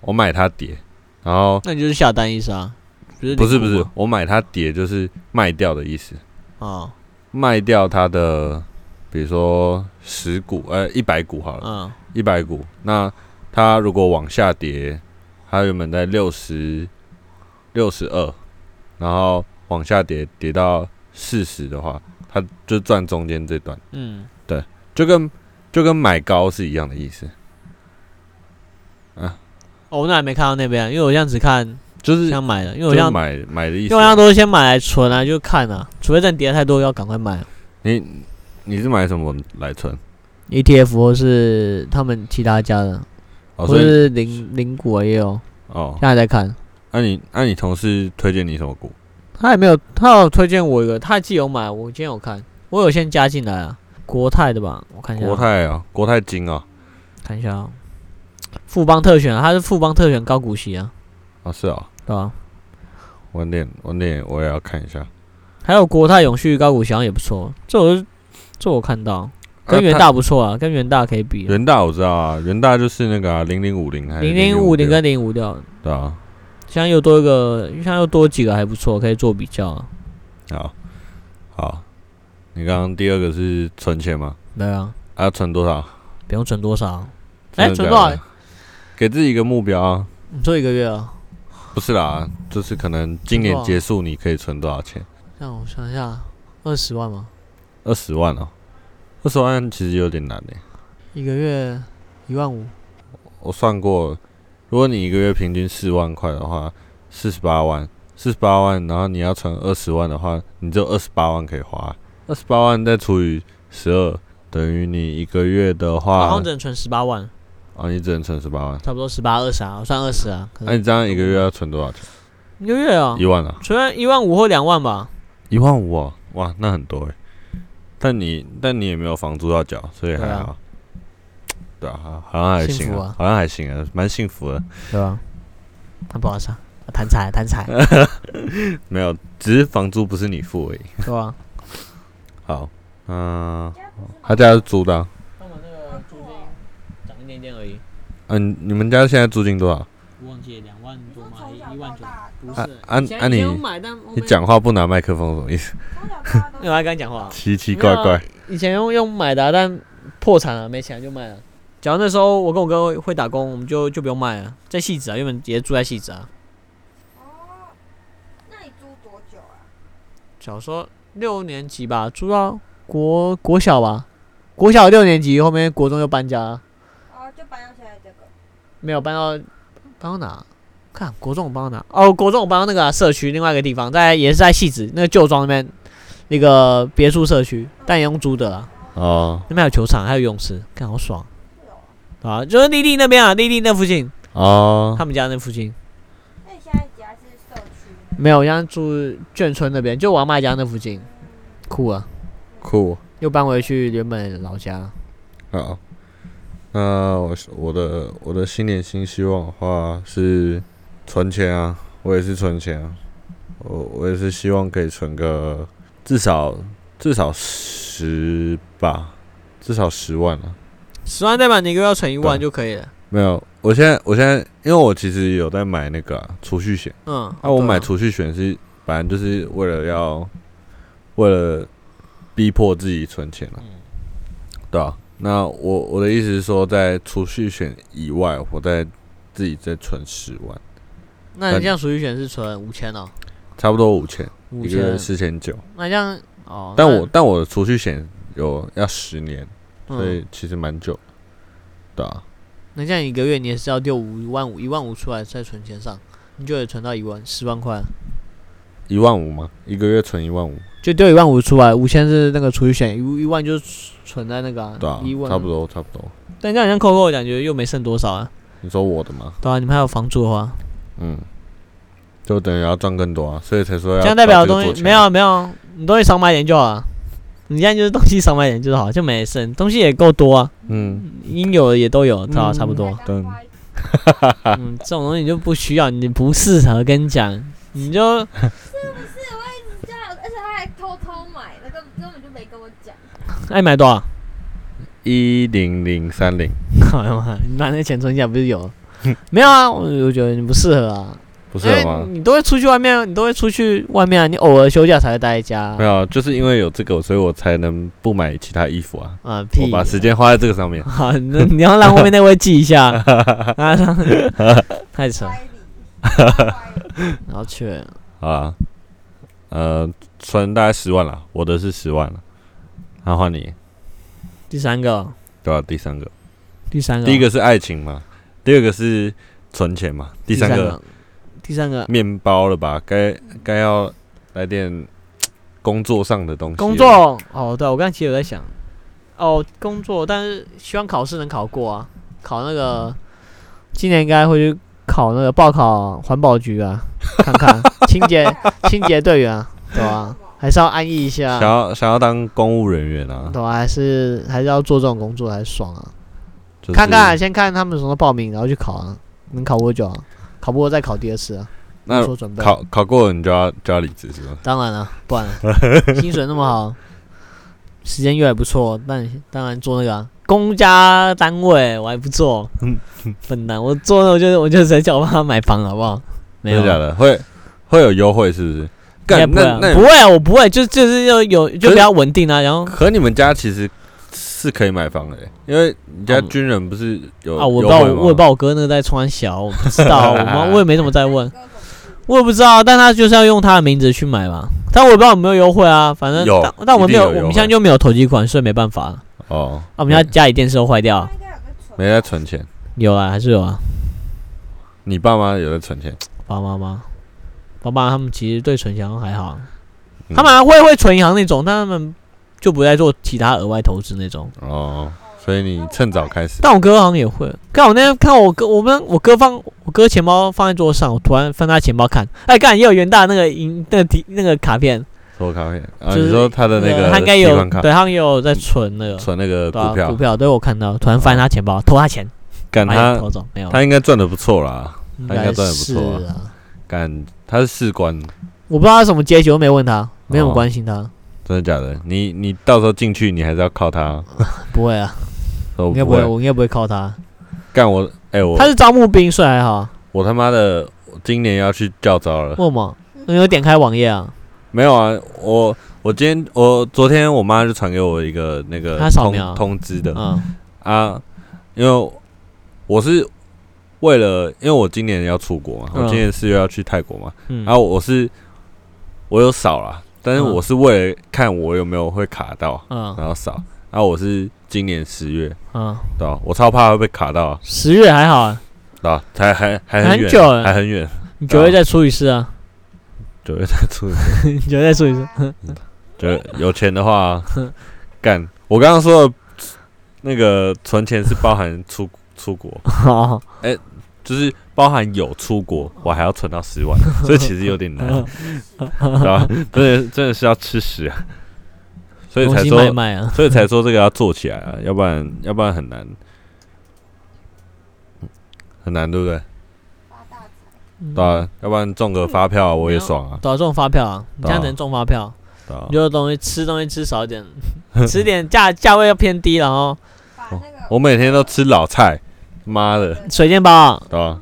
[SPEAKER 2] 我买它跌，然后
[SPEAKER 1] 那你就是下单意思啊？不是
[SPEAKER 2] 不是
[SPEAKER 1] 零
[SPEAKER 2] 不
[SPEAKER 1] 股
[SPEAKER 2] 是
[SPEAKER 1] 啊，
[SPEAKER 2] 我买它跌就是卖掉的意思，
[SPEAKER 1] 哦，
[SPEAKER 2] 卖掉它的，比如说十股呃一百股好了，
[SPEAKER 1] 嗯
[SPEAKER 2] 一百股，那它如果往下跌，它原本在六十六十二，然后往下跌跌到四十的话，它就赚中间这段，
[SPEAKER 1] 嗯，
[SPEAKER 2] 就跟就跟买高是一样的意思，
[SPEAKER 1] 哦，我那还没看到那边啊，因为我现在只看
[SPEAKER 2] 就是
[SPEAKER 1] 想买的，
[SPEAKER 2] 就
[SPEAKER 1] 因为我现
[SPEAKER 2] 是
[SPEAKER 1] 在
[SPEAKER 2] 买买的意
[SPEAKER 1] 因
[SPEAKER 2] 思
[SPEAKER 1] 为我现在
[SPEAKER 2] 啊。
[SPEAKER 1] 都是先买来存啊，就看啊，除非真的跌太多要赶快买。啊
[SPEAKER 2] 你你是买什么来存？
[SPEAKER 1] ETF E 或是他们其他家的，
[SPEAKER 2] 哦，
[SPEAKER 1] 或
[SPEAKER 2] 所以
[SPEAKER 1] 是零零股也有，
[SPEAKER 2] 哦
[SPEAKER 1] 现，在在看。
[SPEAKER 2] 那、你那、你同事推荐你什么股？
[SPEAKER 1] 他也没有，他有推荐我一个，他既有买，我今天有看，我有先加进来啊。国泰的吧？我看一下，
[SPEAKER 2] 国泰啊，国泰金啊，
[SPEAKER 1] 看一下、哦，富邦特选、啊，它是富邦特选高股息啊，
[SPEAKER 2] 啊是啊，
[SPEAKER 1] 对吧、
[SPEAKER 2] 晚点晚点我也要看一下。
[SPEAKER 1] 还有国泰永续高股息好像也不错，这我是这我看到跟元
[SPEAKER 2] 啊
[SPEAKER 1] 大不错啊，跟元大可以比
[SPEAKER 2] 它，元大我知道啊，元大就是那个零零五零还是
[SPEAKER 1] 零零五零
[SPEAKER 2] 0056
[SPEAKER 1] 跟零五六，
[SPEAKER 2] 对啊，
[SPEAKER 1] 现在又多一个，现在又多几个还不错，可以做比较啊。
[SPEAKER 2] 好好，你刚刚第二个是存钱吗？
[SPEAKER 1] 对啊，
[SPEAKER 2] 啊，存多少？
[SPEAKER 1] 不用存多少，哎、
[SPEAKER 2] 真
[SPEAKER 1] 存
[SPEAKER 2] 的
[SPEAKER 1] 多
[SPEAKER 2] 假的
[SPEAKER 1] 少？？
[SPEAKER 2] 给自己一个目标啊，
[SPEAKER 1] 你做一个月啊？
[SPEAKER 2] 不是啦，就是可能今
[SPEAKER 1] 多
[SPEAKER 2] 年
[SPEAKER 1] 少
[SPEAKER 2] 结束你可以存多少钱？
[SPEAKER 1] 让我想一下，二十万吗？
[SPEAKER 2] 二十万哦，二十万其实有点难呢、欸
[SPEAKER 1] 一个月一万五，
[SPEAKER 2] 我算过，如果你一个月平均四万块的话，四十八万，四十八万，然后你要存二十万的话，你只有二十八万可以花，二十八万再除以十二，等于你一个月的
[SPEAKER 1] 然
[SPEAKER 2] 话
[SPEAKER 1] 后只，能存十八万，
[SPEAKER 2] 啊，你只能存十八万。
[SPEAKER 1] 差不多十八二十啊，我算二十啊，可
[SPEAKER 2] 那、
[SPEAKER 1] 能
[SPEAKER 2] 你这样一个月要存多少钱？
[SPEAKER 1] 一个月啊
[SPEAKER 2] 一，万啊，
[SPEAKER 1] 存一万五或两万吧。
[SPEAKER 2] 一万五哦，哇，那很多哎、但你但你也没有房租要缴，所以还
[SPEAKER 1] 对啊
[SPEAKER 2] 好。对啊，好好像还
[SPEAKER 1] 幸
[SPEAKER 2] 行
[SPEAKER 1] 福
[SPEAKER 2] 啊
[SPEAKER 1] 啊，
[SPEAKER 2] 好像还行啊，蛮幸福的。
[SPEAKER 1] 对吧？那不好意思啊，贪财
[SPEAKER 2] *laughs*
[SPEAKER 1] 贪财，
[SPEAKER 2] 没有，只是房租不是你付而已。
[SPEAKER 1] 对吧？
[SPEAKER 2] 好，嗯、他家是租的啊、
[SPEAKER 1] 那我那个租金涨一点点而已，
[SPEAKER 2] 嗯、你们家现在租金多少？
[SPEAKER 1] 我忘记两万多吗？还是一万九？不
[SPEAKER 2] 啊啊
[SPEAKER 1] 以前
[SPEAKER 2] 啊
[SPEAKER 1] 以前
[SPEAKER 2] 你
[SPEAKER 1] 有买，但后
[SPEAKER 2] 你
[SPEAKER 1] 面
[SPEAKER 2] 讲话不拿麦克风什么意思？
[SPEAKER 1] 没有在跟你讲话啊、
[SPEAKER 2] 奇奇怪怪。
[SPEAKER 1] 以前用用买的啊、但破产了，没钱就卖了。假如那时候我跟我哥会会打工，我们就就不用卖了，在戏子啊，原本也住在戏子啊。
[SPEAKER 5] 哦，那你租多久啊？
[SPEAKER 1] 小时候六年级吧，住到国国小吧，国小六年级后面国中就搬家了，
[SPEAKER 5] 哦，就搬到现在这个。
[SPEAKER 1] 没有搬到搬到哪？看国中我搬到哪？哦，国中我搬到那个啊、社区另外一个地方，在也是在戏子那个旧庄那边那个别墅社区，但也用租的啦。
[SPEAKER 2] 哦
[SPEAKER 1] 那边还有球场，还有泳池，看好爽。啊，就是丽丽那边啊，丽丽那附近，
[SPEAKER 2] 哦
[SPEAKER 1] 他们家那附近
[SPEAKER 5] 那你现在家是社区呢？
[SPEAKER 1] 没有，我现在住眷村那边，就王妈家那附近，酷啊！
[SPEAKER 2] 酷。
[SPEAKER 1] 又搬回去原本老家，
[SPEAKER 2] 好，那我是我的我的新年新希望的话是存钱啊，我也是存钱啊，我我也是希望可以存个至少至少十吧，至少十万啊。
[SPEAKER 1] 十万代表你一个月要存一万
[SPEAKER 2] 对
[SPEAKER 1] 就可以了。
[SPEAKER 2] 没有，我现在我现在因为我其实有在买那个啊、储蓄险，
[SPEAKER 1] 嗯，
[SPEAKER 2] 那、我
[SPEAKER 1] 对啊
[SPEAKER 2] 买储蓄险是反正就是为了要为了逼迫自己存钱
[SPEAKER 1] 嗯
[SPEAKER 2] 了、对啊。那我我的意思是说，在储蓄险以外，我再自己再存十万，
[SPEAKER 1] 那你这样储蓄险是存五千哦，
[SPEAKER 2] 差不多五千，
[SPEAKER 1] 五
[SPEAKER 2] 一个月
[SPEAKER 1] 千。
[SPEAKER 2] 四千九。
[SPEAKER 1] 那这样哦，
[SPEAKER 2] 但
[SPEAKER 1] 那
[SPEAKER 2] 我但我的储蓄险有要十年，所
[SPEAKER 1] 嗯，
[SPEAKER 2] 以其实蛮久的，对啊。
[SPEAKER 1] 那这样一个月你也是要丢五万五一万五出来再存钱上，你就得存到一万十万块，啊
[SPEAKER 2] 一万五嘛，一个月存一万五，
[SPEAKER 1] 就丢一万五出来，五千是那个储蓄险，一一万就是存在那个啊
[SPEAKER 2] 对啊
[SPEAKER 1] 一，万
[SPEAKER 2] 差不。多差不多。
[SPEAKER 1] 但这样好像扣扣，感觉又没剩多少啊。
[SPEAKER 2] 你说我的吗？
[SPEAKER 1] 对啊，你们还有房租的话，
[SPEAKER 2] 嗯，就等于要赚更多啊，所以才说要
[SPEAKER 1] 这样代表
[SPEAKER 2] 把这个
[SPEAKER 1] 东
[SPEAKER 2] 做
[SPEAKER 1] 西
[SPEAKER 2] 起来
[SPEAKER 1] 没有没有，你东西少买点就好了。你现在就是东西少买点就好，就没剩，东西也够多啊，
[SPEAKER 2] 嗯，
[SPEAKER 1] 应有的也都有，啊差差不多。
[SPEAKER 2] 对，
[SPEAKER 1] 嗯，这种东西你就不需要，你不适合跟你讲，你就
[SPEAKER 5] 对啊，而且他还偷偷买，那个根本就没跟我讲。
[SPEAKER 1] 爱买多少？
[SPEAKER 2] 一零零三零
[SPEAKER 1] *laughs* 靠呀妈！你拿那钱存起来不是有了？没有啊，我我觉得你不适合啊。
[SPEAKER 2] 不
[SPEAKER 1] 不
[SPEAKER 2] 是吗？
[SPEAKER 1] 你都会出去外面，你都会出去外面啊，你偶尔休假才会待在家啊
[SPEAKER 2] 没。有，就是因为有这个，所以我才能不买其他衣服啊。
[SPEAKER 1] 啊
[SPEAKER 2] 我
[SPEAKER 1] 屁！。
[SPEAKER 2] 把时间花在这个上面
[SPEAKER 1] *laughs* 好，那你要让后面那位记一下 *laughs* 啊，让太 *laughs* 扯了，然后去了
[SPEAKER 2] 好啊，呃，存大概十万了，我的是十万了。那换你，
[SPEAKER 1] 第三个，哦
[SPEAKER 2] 对吧、第三个，
[SPEAKER 1] 第三个，哦
[SPEAKER 2] 第一个是爱情嘛，第二个是存钱嘛，第
[SPEAKER 1] 第
[SPEAKER 2] 三个，
[SPEAKER 1] 第三个
[SPEAKER 2] 面包了吧？该该要来点工作上的东西了。啊
[SPEAKER 1] 工作哦，对我刚才其实有在想，哦，工作，但是希望考试能考过啊，考那个今年应该会去考那个报考环保局啊，看看清洁清洁队员啊，对吧、啊？还是要安逸一下
[SPEAKER 2] 想，要想要当公务人员啊，
[SPEAKER 1] 对啊，还是还是要做这种工作才爽啊。
[SPEAKER 2] 就是
[SPEAKER 1] 看看啊，先看他们什么时候报名，然后去考啊，能考多久啊？考不过再考第二次啊，
[SPEAKER 2] 那
[SPEAKER 1] 做准备。
[SPEAKER 2] 考考过了你就要就要离职是吧？
[SPEAKER 1] 当然了、不然呢
[SPEAKER 2] *laughs*
[SPEAKER 1] 薪水那么好，时间又还不错，但当然做那个、啊、公家单位我还不做，笨蛋，我做那我就我就直接叫我爸妈买房好不好？没有
[SPEAKER 2] 真的假
[SPEAKER 1] 啊，
[SPEAKER 2] 的？会会有优惠是不是？
[SPEAKER 1] 应该
[SPEAKER 2] 干
[SPEAKER 1] 不会
[SPEAKER 2] 那
[SPEAKER 1] 啊、
[SPEAKER 2] 那
[SPEAKER 1] 不
[SPEAKER 2] 你
[SPEAKER 1] 会啊，我不会，就就是要有就比较稳定啊，然后
[SPEAKER 2] 可你们家其实是可以买房的欸，因为你家军人不是有
[SPEAKER 1] 啊啊，我不
[SPEAKER 2] 优
[SPEAKER 1] 知道
[SPEAKER 2] 惠
[SPEAKER 1] 我
[SPEAKER 2] 吗
[SPEAKER 1] 我也不知道我哥那个在穿小，我不知
[SPEAKER 2] *laughs*
[SPEAKER 1] 道，我妈我也没怎么在问，
[SPEAKER 5] 哥哥
[SPEAKER 1] 我也不知道，但他就是要用他的名字去买嘛，但我也不知道有没有优惠啊，反正
[SPEAKER 2] 有
[SPEAKER 1] 但但我们
[SPEAKER 2] 一
[SPEAKER 1] 没
[SPEAKER 2] 定有
[SPEAKER 1] 我
[SPEAKER 2] 优
[SPEAKER 1] 们
[SPEAKER 2] 惠
[SPEAKER 1] 现在就没有投机款，所以没办法啊，
[SPEAKER 2] 哦，
[SPEAKER 1] 我们家家里电视都坏掉啊，
[SPEAKER 5] 他应该有个存
[SPEAKER 2] 没在存钱，
[SPEAKER 1] 有啊，还是有啊。
[SPEAKER 2] 你爸妈有在存钱，
[SPEAKER 1] 爸妈吗？爸爸他们其实对存银行还好，
[SPEAKER 2] 嗯
[SPEAKER 1] 他们还会会存银行那种，但他们就不再做其他额外投资那种。
[SPEAKER 2] 哦，所以你趁早开始。
[SPEAKER 1] 但我哥好像也会。看我那天看我哥，我们我哥放我哥钱包放在桌上，我突然翻他钱包看，哎，干也有元大那个银那个提那个卡片，
[SPEAKER 2] 我卡片啊，
[SPEAKER 1] 就是
[SPEAKER 2] 你说他的那个
[SPEAKER 1] 他应该
[SPEAKER 2] 提
[SPEAKER 1] 有
[SPEAKER 2] 款卡
[SPEAKER 1] 对他们也有在存那个
[SPEAKER 2] 存那个
[SPEAKER 1] 对啊
[SPEAKER 2] 股票嗯
[SPEAKER 1] 股，票，对我看到，突然翻他钱包偷他钱，
[SPEAKER 2] 干
[SPEAKER 1] 把
[SPEAKER 2] 他
[SPEAKER 1] 偷走没有？
[SPEAKER 2] 他应该赚的不错啦，
[SPEAKER 1] 应
[SPEAKER 2] 他应该赚得不
[SPEAKER 1] 是
[SPEAKER 2] 错啊
[SPEAKER 1] 啊，
[SPEAKER 2] 干他是士官，
[SPEAKER 1] 我不知道他什么阶级，我没问他，没有
[SPEAKER 2] 哦
[SPEAKER 1] 关心他，
[SPEAKER 2] 真的假的？你你到时候进去你还是要靠他，
[SPEAKER 1] 不会啊，
[SPEAKER 2] 我
[SPEAKER 1] 应该
[SPEAKER 2] 哦不
[SPEAKER 1] 不会，
[SPEAKER 2] 会
[SPEAKER 1] 我应该不会靠他。
[SPEAKER 2] 干我哎我
[SPEAKER 1] 他是招募兵，所以还好啊。
[SPEAKER 2] 我他妈的我今年要去教招了，
[SPEAKER 1] 为什么？因为我点开网页啊，
[SPEAKER 2] 没有啊，我我今天我昨天我妈就传给我一个那个
[SPEAKER 1] 她扫描
[SPEAKER 2] 通通知的、
[SPEAKER 1] 嗯，
[SPEAKER 2] 啊，因为我是为了因为我今年要出国嘛，
[SPEAKER 1] 嗯
[SPEAKER 2] 我今年四月要去泰国嘛，
[SPEAKER 1] 嗯
[SPEAKER 2] 然后、我是我有扫啦，但是
[SPEAKER 1] 嗯
[SPEAKER 2] 我是为了看我有没有会卡到，
[SPEAKER 1] 嗯
[SPEAKER 2] 然后扫，然后我是今年十月
[SPEAKER 1] 嗯，
[SPEAKER 2] 对吧、我超怕会被卡到啊，
[SPEAKER 1] 十月还好啊，
[SPEAKER 2] 对吧、才还还
[SPEAKER 1] 很
[SPEAKER 2] 远，
[SPEAKER 1] 久了
[SPEAKER 2] 还很远，
[SPEAKER 1] 你九月再出一
[SPEAKER 2] *laughs*
[SPEAKER 1] 次啊，
[SPEAKER 2] 九月才出，
[SPEAKER 1] 你九月再出一
[SPEAKER 2] *laughs*
[SPEAKER 1] 次，
[SPEAKER 2] 就有钱的
[SPEAKER 1] *laughs*
[SPEAKER 2] 话干。我刚刚说的那个存钱是包含出出国，
[SPEAKER 1] 好，
[SPEAKER 2] 就是包含有出国，我还要存到十
[SPEAKER 1] *laughs*
[SPEAKER 2] 万，所以其实有点难，对吧？真的真的是要吃屎啊，所以
[SPEAKER 1] 东
[SPEAKER 2] 才
[SPEAKER 1] 西
[SPEAKER 2] 说，
[SPEAKER 1] 卖卖啊，
[SPEAKER 2] 所以才说这个要做起来啊，要不然要不然很难，很难，对不对？
[SPEAKER 5] 发大财。
[SPEAKER 1] 嗯
[SPEAKER 2] 对啊，要不然中个发票我也爽啊，
[SPEAKER 1] 对啊，中发票啊，你这样
[SPEAKER 2] 对啊
[SPEAKER 1] 能中发票，
[SPEAKER 2] 对啊
[SPEAKER 1] 你。就东西吃东西吃少一点，
[SPEAKER 2] *laughs*
[SPEAKER 1] 吃点价价位要偏低，哦然后
[SPEAKER 5] 把那个
[SPEAKER 2] 我每天都吃老菜，妈的，
[SPEAKER 1] 水煎包啊，
[SPEAKER 2] 对吧？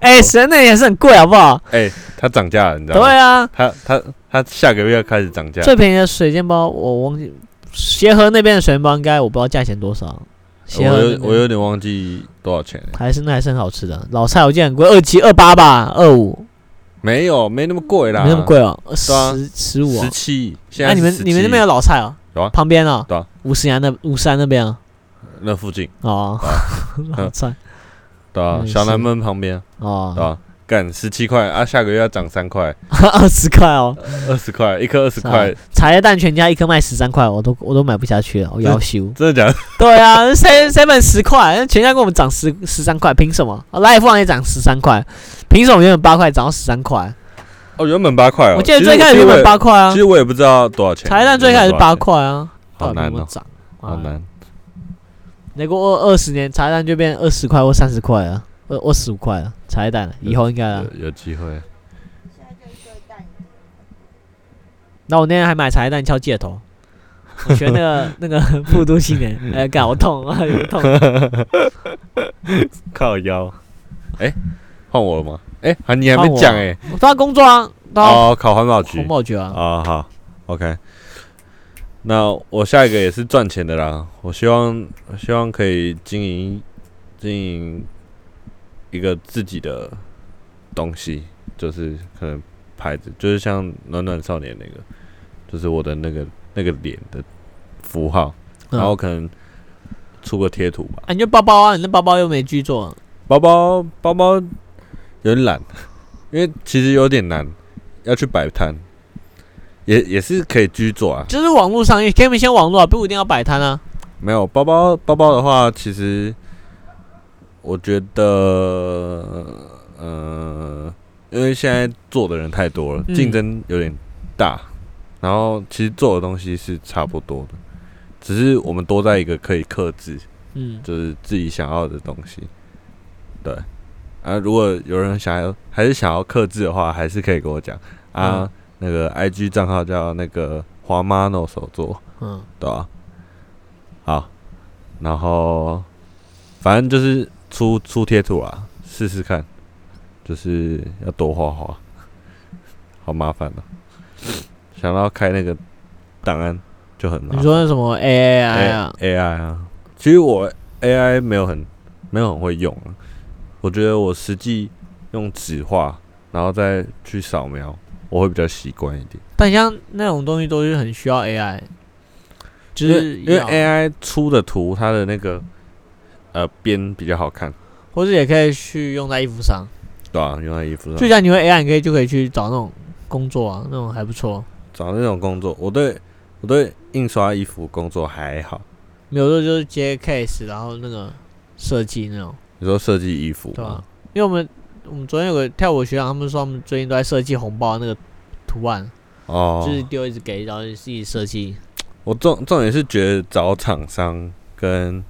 [SPEAKER 1] 哎，神那也是很贵，好不好？
[SPEAKER 2] 哎，它涨价了，你知道吗？
[SPEAKER 1] 对啊，
[SPEAKER 2] 它它它下个月要开始涨价，
[SPEAKER 1] 最便宜的水煎包我忘记，协和那边的水煎包应该我不知道价钱多少，
[SPEAKER 2] 我
[SPEAKER 1] 协和那
[SPEAKER 2] 有
[SPEAKER 1] 边
[SPEAKER 2] 我有点忘记多少钱了。
[SPEAKER 1] 还是那还是很好吃的。老菜我记得很贵，二七二八吧，二五
[SPEAKER 2] 没有，没那么贵啦，
[SPEAKER 1] 没那么贵哦，
[SPEAKER 2] 对啊
[SPEAKER 1] 十十五
[SPEAKER 2] 十
[SPEAKER 1] 哦。
[SPEAKER 2] 七。现在
[SPEAKER 1] 那你们你们那边
[SPEAKER 2] 有
[SPEAKER 1] 有老菜哦？
[SPEAKER 2] 有啊
[SPEAKER 1] 旁边哦。
[SPEAKER 2] 对啊
[SPEAKER 1] 五十元那五十那边啊。
[SPEAKER 2] 那附近，
[SPEAKER 1] 哦，
[SPEAKER 2] 啊
[SPEAKER 1] *laughs* 老菜
[SPEAKER 2] 对啊，
[SPEAKER 1] 嗯
[SPEAKER 2] 小
[SPEAKER 1] 是
[SPEAKER 2] 南门旁边，对啊
[SPEAKER 1] 哦，
[SPEAKER 2] 吧？干十七块啊，下个月要涨三块，
[SPEAKER 1] *laughs* 二十块哦，
[SPEAKER 2] 二十块，一颗二十块，。
[SPEAKER 1] 茶叶蛋全家一颗卖十三块，我都我都买不下去了，我要修
[SPEAKER 2] 真的假的？
[SPEAKER 1] 对啊，seven seven 十块，全家给我们涨十十三块，凭什么？Life One 也涨十三块，凭什么原本八块涨到十三块？
[SPEAKER 2] 哦，原本八块哦，
[SPEAKER 1] 我记得
[SPEAKER 2] 其实
[SPEAKER 1] 最开始原本，八
[SPEAKER 2] 其实
[SPEAKER 1] 块
[SPEAKER 2] 我也
[SPEAKER 1] 啊
[SPEAKER 2] 其，实我也不知道多少钱。
[SPEAKER 1] 茶叶蛋最开始
[SPEAKER 2] 原本
[SPEAKER 1] 八
[SPEAKER 2] 多
[SPEAKER 1] 块啊，
[SPEAKER 2] 好
[SPEAKER 1] 到底有
[SPEAKER 2] 难
[SPEAKER 1] 没有
[SPEAKER 2] 哦
[SPEAKER 1] 涨？
[SPEAKER 2] 少钱，好
[SPEAKER 1] 哎
[SPEAKER 2] 难。
[SPEAKER 1] 再过二二十年，茶叶蛋就变二十块或三十块了，二二十五块了，茶叶蛋了，以后应该了。
[SPEAKER 2] 有有机会，
[SPEAKER 5] 现在就一堆蛋，
[SPEAKER 1] 那我那天还买茶叶蛋敲戒头，我学那
[SPEAKER 2] *laughs*
[SPEAKER 1] 个那个复读青年，哎、干我痛 *laughs* 啊，有痛，
[SPEAKER 2] 靠腰。哎，换我了吗？哎，还你还
[SPEAKER 1] 换
[SPEAKER 2] 没
[SPEAKER 1] 我啊
[SPEAKER 2] 讲哎。
[SPEAKER 1] 我都要工作啊，都要
[SPEAKER 2] 哦，考环保局
[SPEAKER 1] 红。宝局啊，
[SPEAKER 2] 啊、好，OK。那我下一个也是赚钱的啦，我希望我希望可以经营经营一个自己的东西，就是可能牌子，就是像暖暖少年那个，就是我的那个那个脸的符号，
[SPEAKER 1] 嗯
[SPEAKER 2] 然后可能出个贴图吧。
[SPEAKER 1] 啊，你就包包啊，你那包包又没啊剧做，
[SPEAKER 2] 包包包包有点懒，因为其实有点难，要去摆摊，也也是可以居做啊，
[SPEAKER 1] 就是网络上，给你们先网络啊，不一定要摆摊啊，
[SPEAKER 2] 没有包包包包的话，其实我觉得，呃，因为现在做的人太多了，
[SPEAKER 1] 嗯
[SPEAKER 2] 竞争有点大，然后其实做的东西是差不多的，只是我们多在一个可以克制，
[SPEAKER 1] 嗯，
[SPEAKER 2] 就是自己想要的东西。对，啊，如果有人想要还是想要克制的话，还是可以跟我讲啊。
[SPEAKER 1] 嗯
[SPEAKER 2] 那个 IG 账号叫那个黄 mano 手作，
[SPEAKER 1] 嗯，
[SPEAKER 2] 对吧、好，然后反正就是出出贴图啦，试试看，就是要多画画， *laughs* 好麻烦哦、想到开那个档案就很麻烦。哎
[SPEAKER 1] 你说那什么 A A I 啊？
[SPEAKER 2] A- AI 啊，其实我 AI 没有很没有很会用啊，我觉得我实际用纸画，然后再去扫描，我会比较习惯一点。
[SPEAKER 1] 但像那种东西都是很需要 A I，就
[SPEAKER 2] 因为
[SPEAKER 1] 是
[SPEAKER 2] 因为
[SPEAKER 1] 要
[SPEAKER 2] AI 出的图，它的那个呃边比较好看，
[SPEAKER 1] 或者也可以去用在衣服上。
[SPEAKER 2] 对吧、用在衣服
[SPEAKER 1] 就
[SPEAKER 2] 上。
[SPEAKER 1] 像你会 AI，你可以就可以去找那种工作啊，那种还不错。
[SPEAKER 2] 找那种工作，我对我对印刷衣服工作还好。
[SPEAKER 1] 没有时候就是接 case，然后那个设计那种，
[SPEAKER 2] 你说设计衣服
[SPEAKER 1] 对啊吧、
[SPEAKER 2] 吗？
[SPEAKER 1] 因为我们我们昨天有个跳舞学长，他们说他们最近都在设计红包的啊那个图案，
[SPEAKER 2] 哦，
[SPEAKER 1] 就是丢一直给，然后自己设计。
[SPEAKER 2] 我重重点是觉得找厂商跟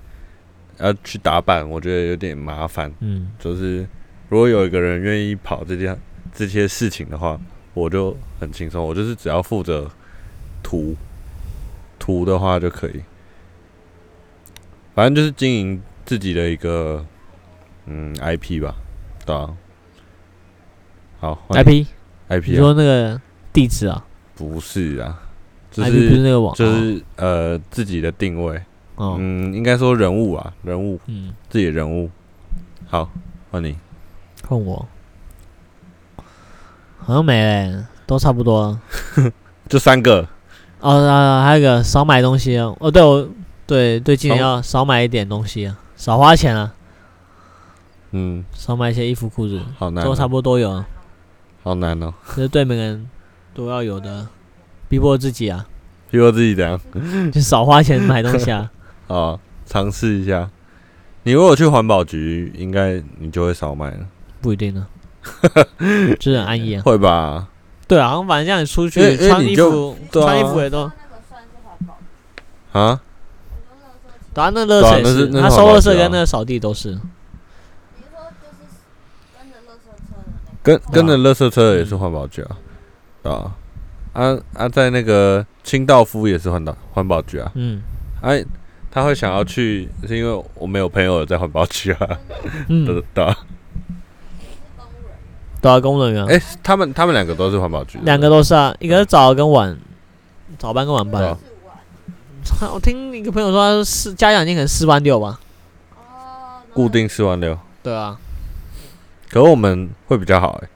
[SPEAKER 2] 要去打版，我觉得有点麻烦。
[SPEAKER 1] 嗯，
[SPEAKER 2] 就是如果有一个人愿意跑这件这些事情的话，我就很轻松。我就是只要负责图图的话就可以，反正就是经营自己的一个嗯 IP 吧，对啊。好换
[SPEAKER 1] IP，你
[SPEAKER 2] IP 啊
[SPEAKER 1] 说那个地址啊、
[SPEAKER 2] 不是啊，就
[SPEAKER 1] i p 不是
[SPEAKER 2] 是
[SPEAKER 1] 那个网，啊
[SPEAKER 2] 就是呃自己的定位，
[SPEAKER 1] 哦，哦
[SPEAKER 2] 嗯，应该说人物啊，人物
[SPEAKER 1] 嗯，
[SPEAKER 2] 自己的人物。好，换你。
[SPEAKER 1] 换我，好像没嘞、都差不多啊。
[SPEAKER 2] 这三个，
[SPEAKER 1] 哦，啊，还有一个少买东西啊。哦，对，我对对，今年
[SPEAKER 2] 少
[SPEAKER 1] 要少买一点东西啊，少花钱啊，
[SPEAKER 2] 嗯，
[SPEAKER 1] 少买一些衣服、裤子，
[SPEAKER 2] 好难、
[SPEAKER 1] 都差
[SPEAKER 2] 哦，
[SPEAKER 1] 不多都有、啊，
[SPEAKER 2] 好难哦。
[SPEAKER 1] 这是对每个人都要有的，逼迫自己啊，
[SPEAKER 2] 逼我自己怎样
[SPEAKER 1] 就少花钱买东西啊。 *laughs*
[SPEAKER 2] 啊？尝试一下。你如果去环保局，应该你就会少买了，
[SPEAKER 1] 不一
[SPEAKER 2] *laughs*
[SPEAKER 1] 定呢、啊，就是很安逸啊。
[SPEAKER 2] 会吧？
[SPEAKER 1] 对啊，好像反正这样你出去
[SPEAKER 2] 因为因为
[SPEAKER 1] 穿
[SPEAKER 2] 你
[SPEAKER 1] 衣
[SPEAKER 2] 就
[SPEAKER 1] 服，
[SPEAKER 2] 对啊
[SPEAKER 1] 穿衣服也都，
[SPEAKER 2] 啊，
[SPEAKER 1] 对啊，那垃圾
[SPEAKER 2] 对啊
[SPEAKER 1] 也
[SPEAKER 2] 那是
[SPEAKER 1] 是，
[SPEAKER 2] 那是
[SPEAKER 1] 他
[SPEAKER 2] 好
[SPEAKER 1] 收
[SPEAKER 2] 垃
[SPEAKER 1] 垃
[SPEAKER 2] 圾
[SPEAKER 1] 圾跟
[SPEAKER 2] 啊
[SPEAKER 1] 那个扫地都是。
[SPEAKER 2] 跟
[SPEAKER 1] 啊
[SPEAKER 2] 跟着垃圾车也是环保局啊，啊啊啊，在那个清道夫也是环保环保局啊。
[SPEAKER 1] 嗯
[SPEAKER 2] 哎、他会想要去，是因为我没有朋友在环保局啊，
[SPEAKER 1] 嗯，
[SPEAKER 2] 对 *laughs* 对啊。
[SPEAKER 1] 对啊，公务人员啊，
[SPEAKER 2] 哎、他们他们两个都是环保局的，
[SPEAKER 1] 两个都是啊，一个是早跟晚，早班跟晚班
[SPEAKER 2] 对
[SPEAKER 1] 啊
[SPEAKER 2] 啊。
[SPEAKER 1] *laughs* 我听一个朋友说，他是家奖金可能四万六吧。
[SPEAKER 2] 固定四万六，
[SPEAKER 1] 对啊，
[SPEAKER 2] 可是我们会比较好哎、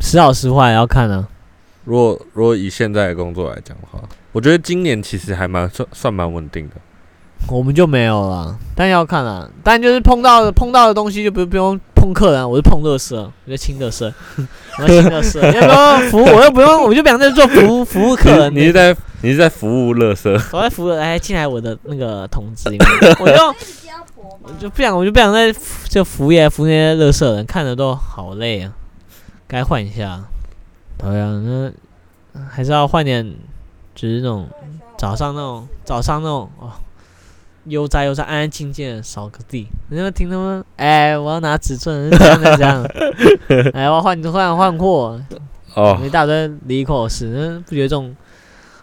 [SPEAKER 1] 时好时坏也要看啊。
[SPEAKER 2] 如果如果以现在的工作来讲的话，我觉得今年其实还蛮算算蛮稳定的。
[SPEAKER 1] 我们就没有啦，但要看啊。但就是碰到的碰到的东西就不不用碰客人啊，我是碰乐色，我就清乐色，我清乐色。要不用服务，我又不用，我就不想在这做服务服务客人。
[SPEAKER 2] 你是在你是在服务乐色，
[SPEAKER 1] 我在服务，哎，进来我的那个桶子里面，我就我就不想，我就不想再服就服务业服务那些乐色人，看着都好累啊，该换一下。对啊，那还是要换点，就是那种早上那种早上那种哦，悠哉悠哉，安安静静的扫个地。你就听他们，哎，我要拿尺寸，这样这样，哎，我要换换换货，
[SPEAKER 2] 哦
[SPEAKER 1] 一大堆离口是，嗯不觉得这种，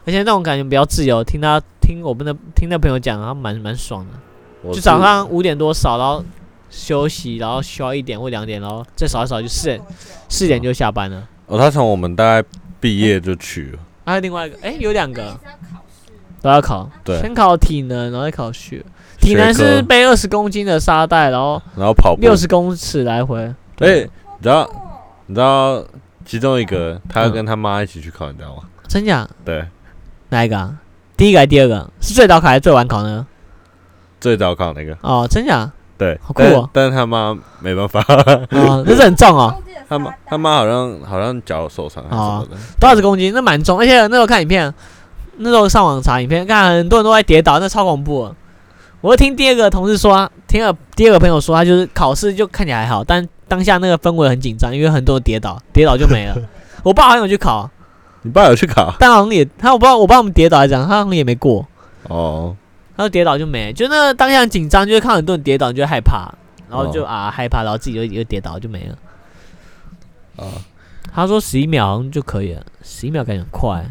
[SPEAKER 1] 而且那种感觉比较自由。听他听我们的听那朋友讲，他蛮蛮爽的。
[SPEAKER 2] 我
[SPEAKER 1] 就是早上五点多扫，然后休息，然后休到一点或两点，然后再扫一扫就四
[SPEAKER 5] 嗯
[SPEAKER 1] 点，四点就下班了。
[SPEAKER 2] 哦，他从我们大概毕业就去了，
[SPEAKER 1] 还有另外一个，哎、有两个
[SPEAKER 5] 考试，
[SPEAKER 1] 都要考，
[SPEAKER 2] 对
[SPEAKER 1] 嗯先考体能，然后再考学。体能
[SPEAKER 2] 学
[SPEAKER 1] 是
[SPEAKER 2] 科
[SPEAKER 1] 背二十公斤的沙袋，然后
[SPEAKER 2] 然后跑步
[SPEAKER 1] 六十公尺来回。
[SPEAKER 2] 哎、你知道你知道其中一个他跟他妈一起去考，你知道吗？
[SPEAKER 1] 真假？
[SPEAKER 2] 对，
[SPEAKER 1] 哪一个、啊？第一个还是第二个？是最早考还是最晚考呢？
[SPEAKER 2] 最早考那个，
[SPEAKER 1] 哦，真假？
[SPEAKER 2] 对，
[SPEAKER 1] 好酷
[SPEAKER 2] 但
[SPEAKER 1] 哦
[SPEAKER 2] 但是他妈没办法， *laughs*
[SPEAKER 1] 哦，那是很重哦。
[SPEAKER 2] 他妈他妈好像好像脚受伤还是什么的，
[SPEAKER 1] 多少公斤？那蛮重，而且那时候看影片，那时候上网查影片，看很多人都在跌倒，那超恐怖的。我听第二个同事说啊，听了第二个朋友说，他就是考试就看起来还好，但当下那个氛围很紧张，因为很多人跌倒，跌倒就没了。我爸好像有去考，
[SPEAKER 2] 你爸有去考
[SPEAKER 1] 但好像也他我不知道我不知道我们跌倒还是怎样，他好像也没过，
[SPEAKER 2] 哦，
[SPEAKER 1] 他就跌倒就没，就那当下很紧张，就会看到很多人跌倒，你就会害怕，然后就、
[SPEAKER 2] 哦
[SPEAKER 1] 啊害怕，然后自己又又跌倒就没了。
[SPEAKER 2] 啊，
[SPEAKER 1] 他说十一秒好像就可以了，十一秒感觉很快，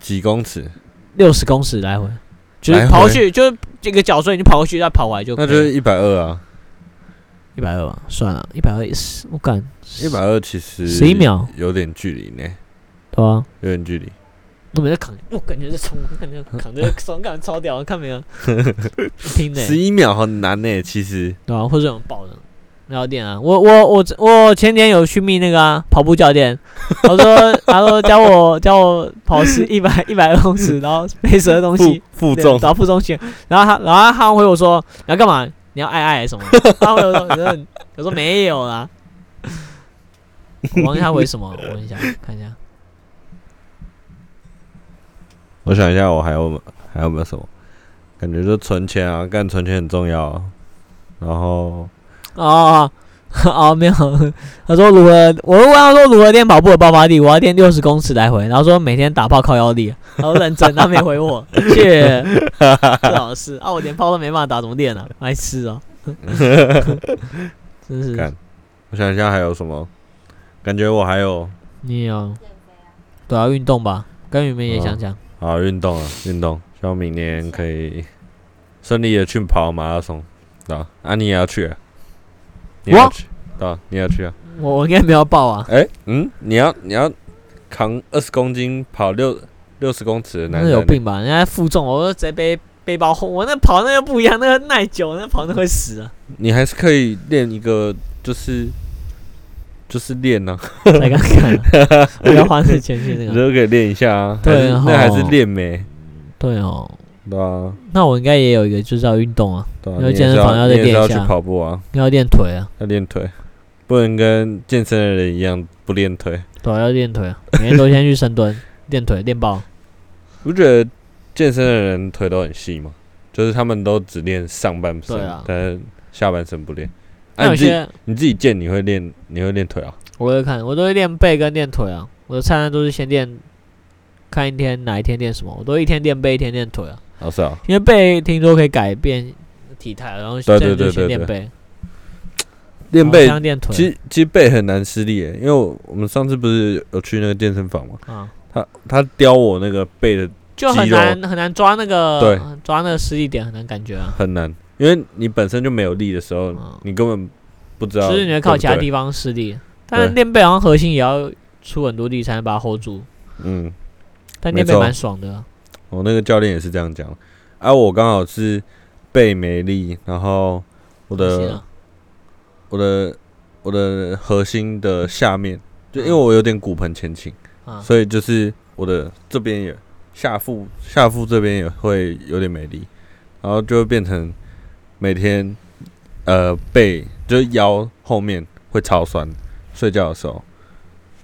[SPEAKER 2] 几公尺？
[SPEAKER 1] 六十公尺来回，就是
[SPEAKER 2] 来回
[SPEAKER 1] 跑过去就是这个脚摔，你就跑过去再跑回来就可以
[SPEAKER 2] 那
[SPEAKER 1] 了，
[SPEAKER 2] 就是一百二啊，
[SPEAKER 1] 一百二吧，算了，一百二十，我干
[SPEAKER 2] 一百二其实
[SPEAKER 1] 11秒
[SPEAKER 2] 有点距离呢，
[SPEAKER 1] 对啊，
[SPEAKER 2] 有点距离。
[SPEAKER 1] 我们在扛，我感觉在冲，我感觉
[SPEAKER 2] *laughs*
[SPEAKER 1] 扛着手感觉超屌，看没有？听的、
[SPEAKER 2] 十一秒很难呢，其实
[SPEAKER 1] 对啊，或者有爆的聊店啊。我我我我前年有去密那个啊跑步教练，他
[SPEAKER 2] *laughs*
[SPEAKER 1] 说他说教我教我跑十一百一百公尺，然后背什么东
[SPEAKER 2] 负
[SPEAKER 1] 西，
[SPEAKER 2] 负
[SPEAKER 1] 负
[SPEAKER 2] 重
[SPEAKER 1] 然后负重训，然后他然后他回我说你要干嘛？你要爱爱什么？他回我说我说我说没有啦。我忘记他回什么，我问一下，看一下。
[SPEAKER 2] 我想一下，我还有没还有没有什么？感觉就存钱啊，干存钱很重要啊、然后
[SPEAKER 1] 哦哦哦，没有。他说如何？我问他说如何练跑步的爆发力？我要练六十公尺来回。然后说每天打炮靠腰力。他说认真，他没回我。谢，这好事啊！我连炮都没办法打，怎么练啊？白痴哦！真是
[SPEAKER 2] 干我想一下还有什么？感觉我还有
[SPEAKER 1] 你也要对啊，运动吧。跟你们也想讲，
[SPEAKER 2] 啊运动啊运动，希望明年可以顺利的去跑马拉松。啊，啊你也要去、啊？你也
[SPEAKER 1] 我
[SPEAKER 2] 要去？啊，你也要去啊？
[SPEAKER 1] 我我应该没有报啊。
[SPEAKER 2] 哎、嗯，你要你要扛二十公斤跑六六十公尺的男
[SPEAKER 1] 那
[SPEAKER 2] 人，
[SPEAKER 1] 有病吧？人家负重，我就直接背背包后，我那跑那个不一样，那个耐久，那跑那会
[SPEAKER 2] *laughs*
[SPEAKER 1] 死啊！
[SPEAKER 2] 你还是可以练一个，就是就是练呢、啊，
[SPEAKER 1] 才刚看啊，我要花这钱去那
[SPEAKER 2] 你
[SPEAKER 1] 个
[SPEAKER 2] *laughs* 都。可以练一下啊。
[SPEAKER 1] 对
[SPEAKER 2] 还是那还是
[SPEAKER 1] 吼
[SPEAKER 2] 练没，
[SPEAKER 1] 对哦，
[SPEAKER 2] 对啊，
[SPEAKER 1] 那我应该也有一个就是要运动啊，
[SPEAKER 2] 对啊。
[SPEAKER 1] 有
[SPEAKER 2] 你也
[SPEAKER 1] 健身
[SPEAKER 2] 是
[SPEAKER 1] 房要
[SPEAKER 2] 你
[SPEAKER 1] 再
[SPEAKER 2] 也是
[SPEAKER 1] 练一
[SPEAKER 2] 要
[SPEAKER 1] 下
[SPEAKER 2] 去跑步啊，
[SPEAKER 1] 要练腿啊，
[SPEAKER 2] 要练腿，不能跟健身的人一样不练腿。
[SPEAKER 1] 对啊，要练腿啊，每天都先去深蹲，练腿
[SPEAKER 2] *laughs*
[SPEAKER 1] 练爆。
[SPEAKER 2] 不觉得健身的人腿都很细吗？就是他们都只练上半身，
[SPEAKER 1] 对啊
[SPEAKER 2] 但是下半身不练。
[SPEAKER 1] 那
[SPEAKER 2] 啊，
[SPEAKER 1] 有
[SPEAKER 2] 你自己
[SPEAKER 1] 些
[SPEAKER 2] 你自己健，你会练你会练腿啊？
[SPEAKER 1] 我会看，我都会练背跟练腿啊，我的菜单都是先练，看一天哪一天练什么，我都一天练背一天练腿啊，
[SPEAKER 2] 老师啊，
[SPEAKER 1] 因为背听说可以改变体态，然后
[SPEAKER 2] 对
[SPEAKER 1] 现
[SPEAKER 2] 对
[SPEAKER 1] 在就
[SPEAKER 2] 对
[SPEAKER 1] 先
[SPEAKER 2] 对
[SPEAKER 1] 练
[SPEAKER 2] 对
[SPEAKER 1] 背，
[SPEAKER 2] 练
[SPEAKER 1] 然后
[SPEAKER 2] 背
[SPEAKER 1] 这样练
[SPEAKER 2] 其
[SPEAKER 1] 腿
[SPEAKER 2] 实其实背很难施力耶，因为我我们上次不是有去那个健身房嘛，
[SPEAKER 1] 啊，
[SPEAKER 2] 他他雕我那个背的
[SPEAKER 1] 就很
[SPEAKER 2] 肌肉
[SPEAKER 1] 难很难抓那个
[SPEAKER 2] 对
[SPEAKER 1] 抓那个实力点，很难感觉啊，
[SPEAKER 2] 很难，因为你本身就没有力的时候，
[SPEAKER 1] 嗯
[SPEAKER 2] 你根本不知道
[SPEAKER 1] 就
[SPEAKER 2] 对不对。啊
[SPEAKER 1] 是你会靠其他地方施力，但
[SPEAKER 2] 对
[SPEAKER 1] 练背好像核心也要出很多力才能把它 hold 住。
[SPEAKER 2] 嗯，
[SPEAKER 1] 但
[SPEAKER 2] 没
[SPEAKER 1] 那边
[SPEAKER 2] 错
[SPEAKER 1] 蛮爽的啊，
[SPEAKER 2] 我那个教练也是这样讲。啊，我刚好是背没力，然后我
[SPEAKER 1] 可惜
[SPEAKER 2] 的
[SPEAKER 1] 了
[SPEAKER 2] 我的我的核心的下面，就因为
[SPEAKER 1] 嗯
[SPEAKER 2] 我有点骨盆前倾，
[SPEAKER 1] 啊，
[SPEAKER 2] 呃所以就是我的这边也下腹下腹这边也会有点没力，然后就会变成每天呃背就是腰后面会超酸，睡觉的时候。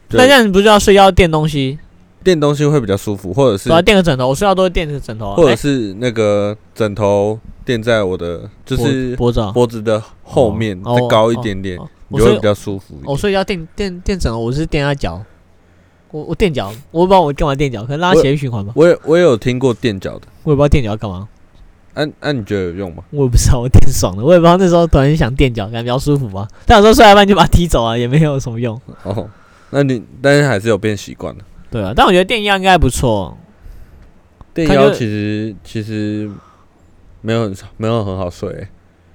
[SPEAKER 2] 就
[SPEAKER 1] 那这样你不是要睡觉垫东西，
[SPEAKER 2] 垫东西会比较舒服，或者是
[SPEAKER 1] 对啊，垫个枕头，我睡觉都会垫个枕头啊，
[SPEAKER 2] 或者
[SPEAKER 1] 哎
[SPEAKER 2] 是那个枕头垫在我的就
[SPEAKER 1] 脖
[SPEAKER 2] 是
[SPEAKER 1] 脖子啊，
[SPEAKER 2] 脖子的后面
[SPEAKER 1] 哦
[SPEAKER 2] 再高一点点
[SPEAKER 1] 哦，
[SPEAKER 2] 你
[SPEAKER 1] 我哦
[SPEAKER 2] 就会
[SPEAKER 1] 睡
[SPEAKER 2] 比较舒服一
[SPEAKER 1] 我
[SPEAKER 2] 点。
[SPEAKER 1] 睡觉垫垫垫枕头，我是垫在脚，我我垫脚，我不知道我干嘛垫脚，可能拉
[SPEAKER 2] 我
[SPEAKER 1] 血液循环吧，
[SPEAKER 2] 我也我也有听过垫脚的，
[SPEAKER 1] 我也不知道垫脚要干嘛，
[SPEAKER 2] 那、啊、那、你觉得有用吗？
[SPEAKER 1] 我也不知道我垫爽了，我也不知道那时候突然想垫脚，感觉比较舒服吧，但有时候睡到一半就把它踢走啊，也没有什么用，
[SPEAKER 2] 哦，那你但是还是有变习惯了。
[SPEAKER 1] 对啊，但我觉得垫腰应该不错，
[SPEAKER 2] 垫
[SPEAKER 1] 看
[SPEAKER 2] 腰
[SPEAKER 1] 就
[SPEAKER 2] 其实其实没有很没有很好睡、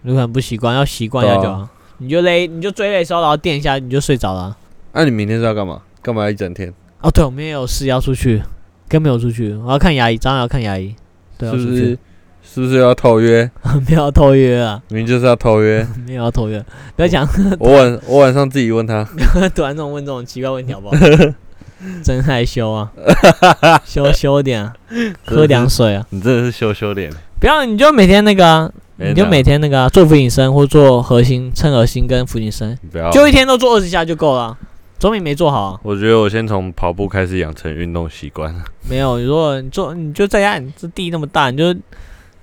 [SPEAKER 1] 你可能不习惯，要习惯一下就
[SPEAKER 2] 对啊
[SPEAKER 1] 好，你就累你就追累的时候，然后垫一下你就睡着了啊。
[SPEAKER 2] 那、你明天是要干嘛？干嘛一整天？
[SPEAKER 1] 哦，对，我们也有事要出去，跟没有出去，我要看牙医，张要看牙医，对，
[SPEAKER 2] 是
[SPEAKER 1] 要
[SPEAKER 2] 不
[SPEAKER 1] 出
[SPEAKER 2] 啊是
[SPEAKER 1] 去，
[SPEAKER 2] 是
[SPEAKER 1] *laughs*
[SPEAKER 2] 不是要偷约？
[SPEAKER 1] 没有要偷约啊，
[SPEAKER 2] 明天就是要偷 *laughs* 约。
[SPEAKER 1] 没有要偷约，不要讲 *laughs*
[SPEAKER 2] 我晚我晚上自己问他，
[SPEAKER 1] 突然这种问这种奇怪问题
[SPEAKER 2] *laughs*
[SPEAKER 1] 好不好？真害羞啊，羞羞点啊，喝凉水啊，
[SPEAKER 2] 你真的是羞羞脸。
[SPEAKER 1] 不要你就每天那个啊、
[SPEAKER 2] 哎
[SPEAKER 1] 你就
[SPEAKER 2] 那
[SPEAKER 1] 每天那个、啊、做俯卧撑或做核心，撑核心跟俯卧撑，
[SPEAKER 2] 你不要
[SPEAKER 1] 就一天都做二十下就够了啊，总比没做好啊、
[SPEAKER 2] 我觉得我先从跑步开始养成运动习惯。
[SPEAKER 1] 没有，如果你做，你就在家，你这地那么大，你就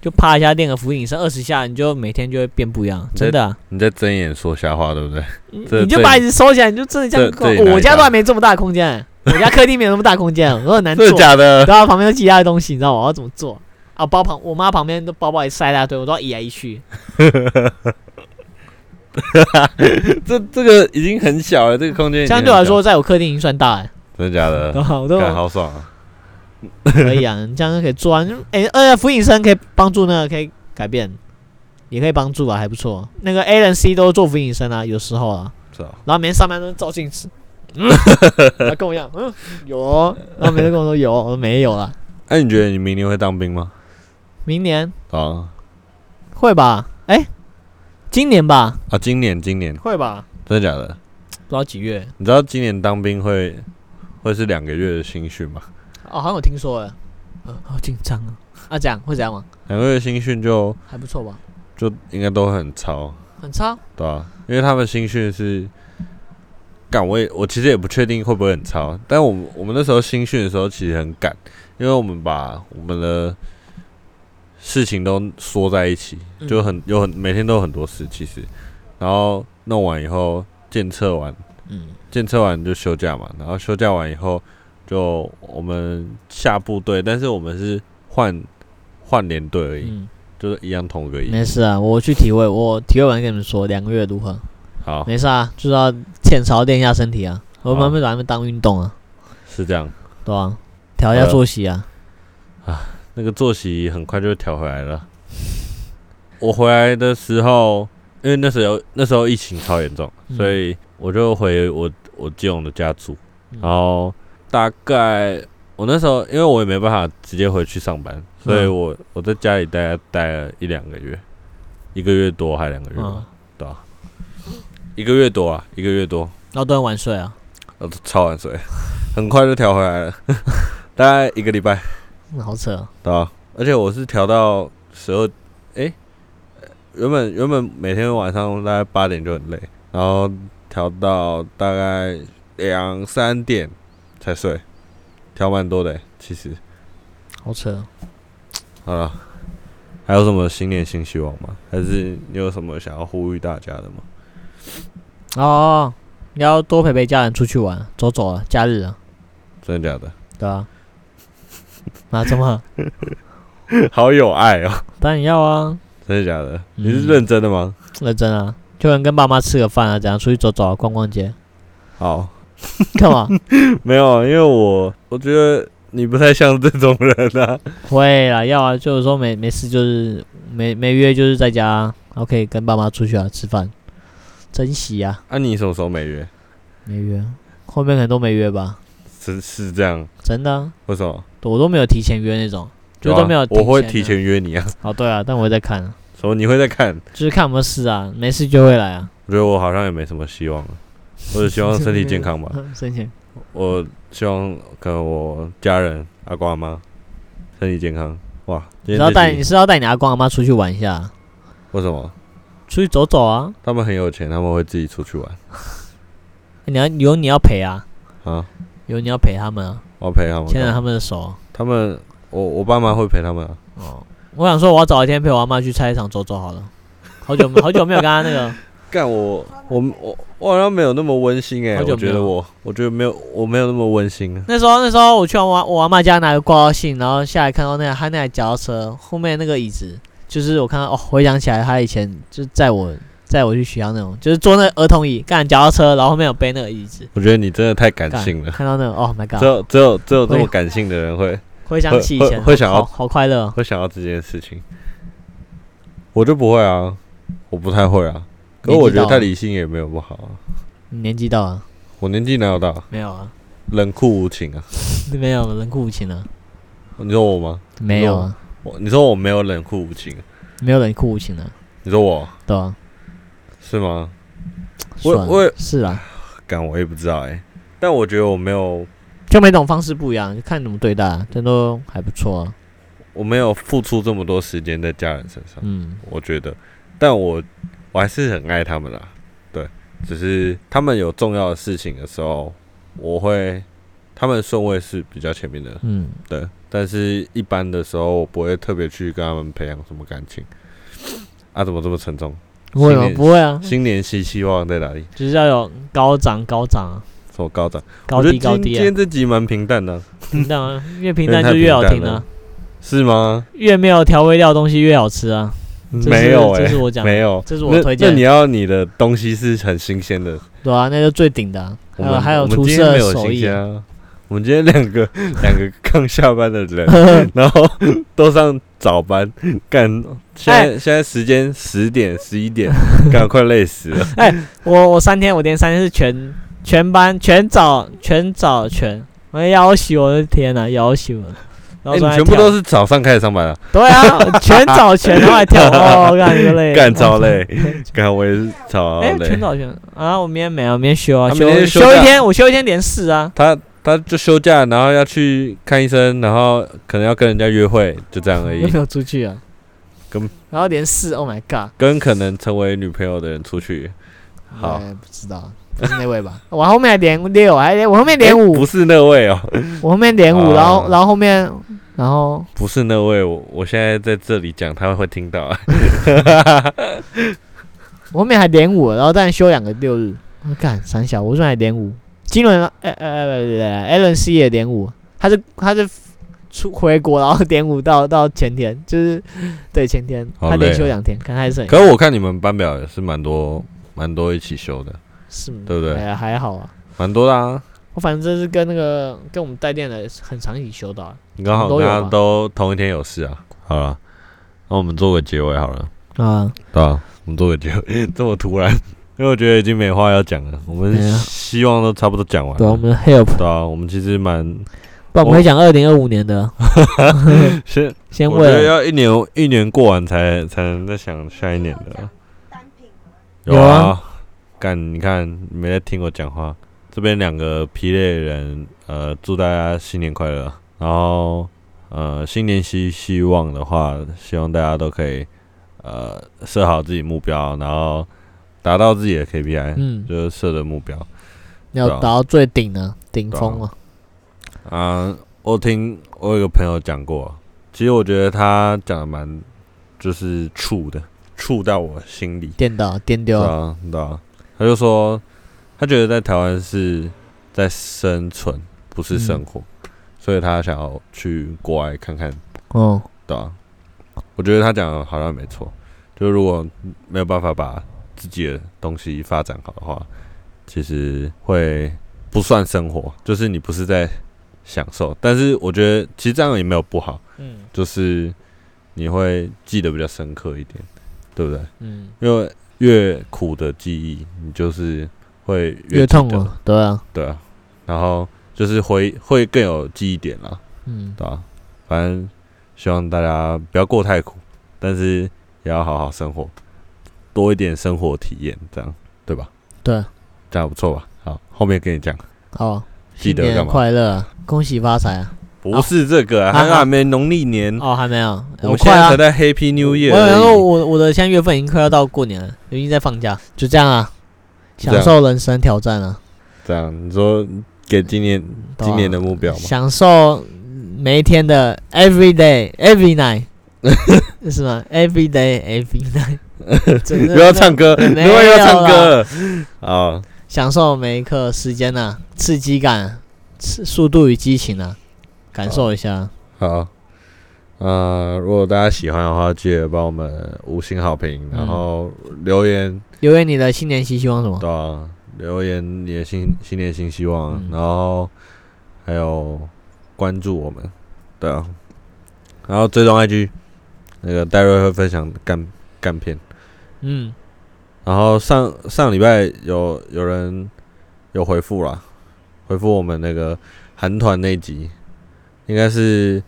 [SPEAKER 1] 就趴一下练个俯卧撑二十下，你就每天就会变不一样，真的啊、
[SPEAKER 2] 你在睁眼说瞎话，对不对？
[SPEAKER 1] 你
[SPEAKER 2] 这
[SPEAKER 1] 你就
[SPEAKER 2] 这
[SPEAKER 1] 把椅子收起来，你就真的这样
[SPEAKER 2] 这
[SPEAKER 1] 够
[SPEAKER 2] 这里哪。里
[SPEAKER 1] 我家
[SPEAKER 2] 大
[SPEAKER 1] 都还没这么大的空间，我
[SPEAKER 2] *laughs*
[SPEAKER 1] 家客厅没有那么大空间，我很难做
[SPEAKER 2] 真的。假 *laughs* 的？
[SPEAKER 1] 然后旁边都其他的东西，你知道吗我要怎么做？啊，包旁我妈旁边都包包也塞一大堆，我都要移来移去。
[SPEAKER 2] 这这个已经很小了，这个空间已经
[SPEAKER 1] 相
[SPEAKER 2] 很
[SPEAKER 1] 对来
[SPEAKER 2] 小
[SPEAKER 1] 说，在我客厅已经算大了，
[SPEAKER 2] 真的假 *laughs* 的
[SPEAKER 1] 然？ *laughs* 后我都
[SPEAKER 2] 干好爽啊！
[SPEAKER 1] 可以啊，你这样就可以做啊。哎、而且辅影生可以帮助那个可以改变，也可以帮助啊，还不错。那个 A 人 C 都做辅影生啊，有时候啊，
[SPEAKER 2] 是啊，
[SPEAKER 1] 然后每天上班都照镜 *laughs* 子，嗯，他跟我一样，嗯，有、哦，然后每天跟我说有哦，我说没有了。
[SPEAKER 2] 那、哎你觉得你明年会当兵吗？
[SPEAKER 1] 明年
[SPEAKER 2] 啊
[SPEAKER 1] 会吧？哎、今年吧，
[SPEAKER 2] 啊，今年今年
[SPEAKER 1] 会吧？
[SPEAKER 2] 真的假的？
[SPEAKER 1] 不知道几月
[SPEAKER 2] 你知道今年当兵会会是两个月的新训吗？
[SPEAKER 1] 哦，好像有听说哎，嗯、好紧张啊。啊，这样会怎样吗？
[SPEAKER 2] 两个月的新训就
[SPEAKER 1] 还不错吧？
[SPEAKER 2] 就应该都很超，
[SPEAKER 1] 很差，
[SPEAKER 2] 对吧、因为他们新训是，赶我也我其实也不确定会不会很超，但我们我们那时候新训的时候其实很赶，因为我们把我们的事情都缩在一起，
[SPEAKER 1] 嗯
[SPEAKER 2] 就很有很每天都有很多事其实，然后弄完以后检测完，
[SPEAKER 1] 嗯，
[SPEAKER 2] 检测完就休假嘛，然后休假完以后就我们下部队，但是我们是换换连队而已，
[SPEAKER 1] 嗯，
[SPEAKER 2] 就是一样同一个
[SPEAKER 1] 没
[SPEAKER 2] 营。
[SPEAKER 1] 事啊，我去体会，我体会完跟你们说两个月如何。
[SPEAKER 2] 好，
[SPEAKER 1] 没事啊，就是要浅操练一下身体啊。我
[SPEAKER 2] 好
[SPEAKER 1] 们会把它们当运动啊，
[SPEAKER 2] 是这样。
[SPEAKER 1] 对吧、调一
[SPEAKER 2] 好
[SPEAKER 1] 下
[SPEAKER 2] 的
[SPEAKER 1] 作息啊。
[SPEAKER 2] 那个作息很快就调回来了。我回来的时候，因为那时候那时候疫情超严重，
[SPEAKER 1] 嗯
[SPEAKER 2] 所以我就回我我基隆的家住，
[SPEAKER 1] 嗯
[SPEAKER 2] 然后大概我那时候因为我也没办法直接回去上班，所以
[SPEAKER 1] 嗯
[SPEAKER 2] 我我在家里待待了一两个月，一个月多还两个月吧
[SPEAKER 1] 嗯，，
[SPEAKER 2] 对吧？一个月多啊，一个月多，
[SPEAKER 1] 然后都很晚睡啊。
[SPEAKER 2] 呃，超晚睡，很快就调回来了， *laughs* 大概一个礼拜。
[SPEAKER 1] 嗯、好扯、啊，
[SPEAKER 2] 对啊，而且我是调到十二，哎，原本原本每天晚上大概八点就很累，然后调到大概两三点才睡，调蛮多的、其实。
[SPEAKER 1] 好扯啊、
[SPEAKER 2] 好了，还有什么新年新希望吗？还是你有什么想要呼吁大家的吗？
[SPEAKER 1] 哦，你要多陪陪家人出去玩，走走啊，假日啊，
[SPEAKER 2] 真的假 *laughs* 的？
[SPEAKER 1] 对啊。啊，怎么？
[SPEAKER 2] 好有爱哦、 *laughs*
[SPEAKER 1] 当然要啊，
[SPEAKER 2] 真的假的？
[SPEAKER 1] 嗯
[SPEAKER 2] 你是认真的吗？
[SPEAKER 1] 认真啊，就能跟爸妈吃个饭啊，这样出去走走啊，逛
[SPEAKER 2] *laughs*
[SPEAKER 1] 逛街，
[SPEAKER 2] 好，
[SPEAKER 1] 干嘛？
[SPEAKER 2] 没有，因为我我觉得你不太像这种人啊。
[SPEAKER 1] 会啦，要啊，就是说没没事，就是没没约，就是在家啊，然后可以跟爸妈出去啊，吃饭，珍惜啊。
[SPEAKER 2] 啊，你什么时候没约？
[SPEAKER 1] 没约，后面可能都没约吧，
[SPEAKER 2] 是是这样，
[SPEAKER 1] 真的啊、
[SPEAKER 2] 为什么？
[SPEAKER 1] 我都没有提前约那种，就都没有、
[SPEAKER 2] 啊我会提。前约你啊。
[SPEAKER 1] 哦，对啊，但我会在看啊，
[SPEAKER 2] 什么？你会再看？
[SPEAKER 1] 就是看有没有事啊，没事就会来啊。
[SPEAKER 2] 我觉得我好像也没什么希
[SPEAKER 1] *laughs*
[SPEAKER 2] 望了，啊我只希望身体健康吧。
[SPEAKER 1] 申请
[SPEAKER 2] 我希望跟我家人、阿公阿妈身体健康。哇，今
[SPEAKER 1] 你
[SPEAKER 2] 天
[SPEAKER 1] 要
[SPEAKER 2] 这
[SPEAKER 1] 带
[SPEAKER 2] 集
[SPEAKER 1] 你是要带你阿公阿妈出去玩一下啊，
[SPEAKER 2] 为什么？
[SPEAKER 1] 出去走走啊。
[SPEAKER 2] 他们很有钱，他们会自己出去玩
[SPEAKER 1] 你要有你要陪啊，
[SPEAKER 2] 啊。
[SPEAKER 1] 有你要陪他们啊，
[SPEAKER 2] 我要哦陪他们干嘛，
[SPEAKER 1] 牵着他们的手啊。
[SPEAKER 2] 他们，我我爸妈会陪他们啊。
[SPEAKER 1] 哦，我想说我要找一天陪我阿妈去菜市场走走好了，好久好久没有 *laughs* 跟她那个。
[SPEAKER 2] 干我我我我好像没有那么温馨哎、
[SPEAKER 1] 好久
[SPEAKER 2] 我觉
[SPEAKER 1] 没
[SPEAKER 2] 得
[SPEAKER 1] 有
[SPEAKER 2] 我我觉得没有我没有那么温馨啊。
[SPEAKER 1] 那时候那时候我去我阿我阿妈家拿个挂号信，然后下来看到那个她那台脚踏车后面那个椅子，就是我看到哦，回想起来她以前就载我载我去学校那种，就是坐那个儿童椅，干脚踏车，然后后面有背那个椅子，
[SPEAKER 2] 我觉得你真的太感
[SPEAKER 1] 干
[SPEAKER 2] 性了，
[SPEAKER 1] 看到那个哦 my
[SPEAKER 2] 只
[SPEAKER 1] god，
[SPEAKER 2] 有只有只有这么
[SPEAKER 1] 会
[SPEAKER 2] 感性的人会
[SPEAKER 1] 回想起以
[SPEAKER 2] 会
[SPEAKER 1] 前
[SPEAKER 2] 会想要
[SPEAKER 1] 好好快乐哦，
[SPEAKER 2] 会想到这件事情，我就不会啊，我不太会啊。可是
[SPEAKER 1] 年纪
[SPEAKER 2] 我觉得
[SPEAKER 1] 到
[SPEAKER 2] 太
[SPEAKER 1] 了
[SPEAKER 2] 理性也没有不好啊，
[SPEAKER 1] 你年纪啊到了
[SPEAKER 2] 我年纪哪有大，
[SPEAKER 1] 没有啊？
[SPEAKER 2] 冷酷无情啊。
[SPEAKER 1] 没有冷酷无情了，
[SPEAKER 2] 你说我吗？
[SPEAKER 1] 没有啊，
[SPEAKER 2] 我你说我没有冷酷无情，啊
[SPEAKER 1] 没有冷酷无情了，啊
[SPEAKER 2] 你说我
[SPEAKER 1] 对吧、
[SPEAKER 2] 是吗？我
[SPEAKER 1] 算了
[SPEAKER 2] 我
[SPEAKER 1] 是啊，
[SPEAKER 2] 敢我也不知道哎、但我觉得我没有
[SPEAKER 1] 就每种方式不一样，就看你怎么对待啊，这都还不错啊。
[SPEAKER 2] 我没有付出这么多时间在家人身上，
[SPEAKER 1] 嗯，
[SPEAKER 2] 我觉得，但我我还是很爱他们啦。对，只是他们有重要的事情的时候，我会他们顺位是比较前面的，
[SPEAKER 1] 嗯，
[SPEAKER 2] 对，但是一般的时候，我不会特别去跟他们培养什么感情。啊，怎么这么沉重？
[SPEAKER 1] 不会吗
[SPEAKER 2] 心？里
[SPEAKER 1] 不会啊，
[SPEAKER 2] 新年新希望在哪里？
[SPEAKER 1] 就是要有高涨高涨啊，
[SPEAKER 2] 什走高涨。
[SPEAKER 1] 高
[SPEAKER 2] 我觉得
[SPEAKER 1] 低高
[SPEAKER 2] 今
[SPEAKER 1] 低
[SPEAKER 2] 今
[SPEAKER 1] 啊
[SPEAKER 2] 天，这集蛮平淡的啊、
[SPEAKER 1] 平淡啊，越平
[SPEAKER 2] 有点太
[SPEAKER 1] 淡就越好
[SPEAKER 2] 平淡
[SPEAKER 1] 听
[SPEAKER 2] 了
[SPEAKER 1] 啊，
[SPEAKER 2] 是吗？
[SPEAKER 1] 越没有调味料的东西越好吃啊。这是
[SPEAKER 2] 没有哎、
[SPEAKER 1] 这是我讲的
[SPEAKER 2] 没有，
[SPEAKER 1] 这是我
[SPEAKER 2] 那
[SPEAKER 1] 推荐的
[SPEAKER 2] 那你要你的东西是很新鲜的，
[SPEAKER 1] 对啊，那就最顶的啊、
[SPEAKER 2] 我
[SPEAKER 1] 还
[SPEAKER 2] 们、
[SPEAKER 1] 有还有
[SPEAKER 2] 我们
[SPEAKER 1] 厨
[SPEAKER 2] 今
[SPEAKER 1] 师
[SPEAKER 2] 天没
[SPEAKER 1] 的
[SPEAKER 2] 有
[SPEAKER 1] 手
[SPEAKER 2] 新
[SPEAKER 1] 艺
[SPEAKER 2] 鲜
[SPEAKER 1] 啊，
[SPEAKER 2] 啊。我们今天两
[SPEAKER 1] *laughs*
[SPEAKER 2] 个两个刚下班的人，然后都上早班，干现
[SPEAKER 1] 哎
[SPEAKER 2] 在、现在时间十点十一点，干快累死了。
[SPEAKER 1] 我我三天，我连三天是全全班全早全早全，我要死我的天呐、啊，要死我了！然
[SPEAKER 2] 哎、
[SPEAKER 1] 后
[SPEAKER 2] 你
[SPEAKER 1] 说还
[SPEAKER 2] 全部
[SPEAKER 1] 跳
[SPEAKER 2] 都是早上开始上
[SPEAKER 1] *laughs*
[SPEAKER 2] 班啊？
[SPEAKER 1] 对啊，全早
[SPEAKER 2] *laughs*
[SPEAKER 1] 全，然后还跳，哦，干你个累，
[SPEAKER 2] 干超
[SPEAKER 1] *laughs*
[SPEAKER 2] 累，干我也是超
[SPEAKER 1] 哎，
[SPEAKER 2] 累
[SPEAKER 1] 全。早全啊，我明天没有，明天休啊，
[SPEAKER 2] 他
[SPEAKER 1] 休
[SPEAKER 2] 明天休
[SPEAKER 1] 休一
[SPEAKER 2] 假
[SPEAKER 1] 天，我休一天连四啊，
[SPEAKER 2] 他他就休假，然后要去看医生，然后可能要跟人家约会，就这样而
[SPEAKER 1] 有 *laughs*
[SPEAKER 2] 已
[SPEAKER 1] 没。有出去啊？
[SPEAKER 2] 哎根
[SPEAKER 1] 然后连四，Oh my god！
[SPEAKER 2] 跟可能成为女朋友的人出去，好
[SPEAKER 1] 哎，不知道，不是那位吧？ *laughs* 我后面还连六，还连我后面连
[SPEAKER 2] 哎
[SPEAKER 1] 五
[SPEAKER 2] 不，是那位哦，
[SPEAKER 1] 我后面连五，然后
[SPEAKER 2] 哦
[SPEAKER 1] 然后后面然后
[SPEAKER 2] 不是那位，我我现在在这里讲，他会听到
[SPEAKER 1] *laughs*
[SPEAKER 2] 啊。
[SPEAKER 1] 我后面还连五，然后但休两个六日。我干三小，我说还连五，金轮呃呃呃 a l l n C 也连五，他是他是出回国，然后连五到到前天，就是对前天
[SPEAKER 2] 好
[SPEAKER 1] 他连
[SPEAKER 2] 累啊
[SPEAKER 1] 休两天，看他是
[SPEAKER 2] 可是我看你们班表也是蛮多蛮多一起休的，
[SPEAKER 1] 是吗
[SPEAKER 2] 对不对
[SPEAKER 1] 哎呀还好啊，
[SPEAKER 2] 蛮多的啊。
[SPEAKER 1] 我反正就是跟那个跟我们带电的很常一起休的啊、
[SPEAKER 2] 你刚好
[SPEAKER 1] 都
[SPEAKER 2] 大
[SPEAKER 1] 有
[SPEAKER 2] 家
[SPEAKER 1] 吧
[SPEAKER 2] 都同一天有事啊。好了，那我们做个结尾好了。
[SPEAKER 1] 啊，
[SPEAKER 2] 对啊，我们做个结尾， *laughs* 这么突然，因为我觉得已经没话要讲了，我们
[SPEAKER 1] 对啊
[SPEAKER 2] 希望都差不多讲完
[SPEAKER 1] 对啊，我
[SPEAKER 2] 了。
[SPEAKER 1] 们的 help，
[SPEAKER 2] 对啊，我们其实蛮
[SPEAKER 1] 不然我们会讲二零二五年的，
[SPEAKER 2] 先，
[SPEAKER 1] *laughs* 先
[SPEAKER 2] 我觉得
[SPEAKER 1] 问
[SPEAKER 2] 要一年一年过完才才能再想下一年的。
[SPEAKER 1] 有啊
[SPEAKER 2] 啊，干，你看你没在听我讲话。这边两个疲累的人，呃，祝大家新年快乐。然后，呃，新年希希望的话，希望大家都可以，呃，设好自己目标，然后达到自己的 KPI，、
[SPEAKER 1] 嗯
[SPEAKER 2] 就是设的目标。
[SPEAKER 1] 要
[SPEAKER 2] 对啊
[SPEAKER 1] 达到最顶的顶
[SPEAKER 2] 对啊
[SPEAKER 1] 峰啊，
[SPEAKER 2] 啊、我听我有个朋友讲过，啊其实我觉得他讲的蛮就是触的，触到我心里。
[SPEAKER 1] 电到电丢
[SPEAKER 2] 对
[SPEAKER 1] 啊，
[SPEAKER 2] 啊，对啊，他就说他觉得在台湾是在生存，不是生活，所以他想要去国外看看，
[SPEAKER 1] 嗯。
[SPEAKER 2] 对啊，我觉得他讲的好像没错，就是如果没有办法把自己的东西发展好的话，其实会不算生活，就是你不是在享受。但是我觉得其实这样也没有不好，
[SPEAKER 1] 嗯
[SPEAKER 2] 就是你会记得比较深刻一点，对不对？
[SPEAKER 1] 嗯。
[SPEAKER 2] 因为越苦的记忆，你就是会越记
[SPEAKER 1] 越痛
[SPEAKER 2] 得
[SPEAKER 1] 了，对啊，
[SPEAKER 2] 对啊。然后就是回会更有记忆点啦，
[SPEAKER 1] 嗯，
[SPEAKER 2] 对吧、反正希望大家不要过太苦，但是也要好好生活，多一点生活体验，这样对吧？
[SPEAKER 1] 对，
[SPEAKER 2] 这样不错吧？好，后面跟你讲，
[SPEAKER 1] 好啊，
[SPEAKER 2] 记得
[SPEAKER 1] 新
[SPEAKER 2] 干
[SPEAKER 1] 年
[SPEAKER 2] 嘛
[SPEAKER 1] 快乐啊，恭喜发财啊！
[SPEAKER 2] 不是这个、啊，
[SPEAKER 1] 啊
[SPEAKER 2] 还还没农历年，
[SPEAKER 1] 哦，还没有，
[SPEAKER 2] 我
[SPEAKER 1] 我
[SPEAKER 2] 们现
[SPEAKER 1] 快
[SPEAKER 2] 在
[SPEAKER 1] 啊
[SPEAKER 2] 才！在 Happy New
[SPEAKER 1] 我
[SPEAKER 2] Year
[SPEAKER 1] 想
[SPEAKER 2] 而
[SPEAKER 1] 说，
[SPEAKER 2] 已。
[SPEAKER 1] 我我的现在月份已经快要到过年了，已经在放假，就这样啊，
[SPEAKER 2] 就这样
[SPEAKER 1] 享受人生挑战啊，
[SPEAKER 2] 这样你说给今年
[SPEAKER 1] 对啊
[SPEAKER 2] 今年的目标吗？
[SPEAKER 1] 享受每一天的 every day every night，是吗？every day every night，真 *laughs*
[SPEAKER 2] *laughs*
[SPEAKER 1] 的
[SPEAKER 2] 又要唱歌，
[SPEAKER 1] 没
[SPEAKER 2] 又要唱
[SPEAKER 1] 有啦
[SPEAKER 2] 歌啊！
[SPEAKER 1] 享受每一刻时间呐，刺激感、啊刺速度与激情啊，感受一下。啊
[SPEAKER 2] 好，呃，如果大家喜欢的话，记得帮我们五星好评，然
[SPEAKER 1] 嗯
[SPEAKER 2] 后留言，
[SPEAKER 1] 留言你的新年期希望什么？
[SPEAKER 2] 对啊，留言你的新新年新希望，啊
[SPEAKER 1] 嗯
[SPEAKER 2] 然后还有关注我们，对啊，然后追踪 IG，那个戴瑞会分享干干片，
[SPEAKER 1] 嗯，
[SPEAKER 2] 然后上上礼拜有有人有回复啦，回复我们那个韩团那一集，应该是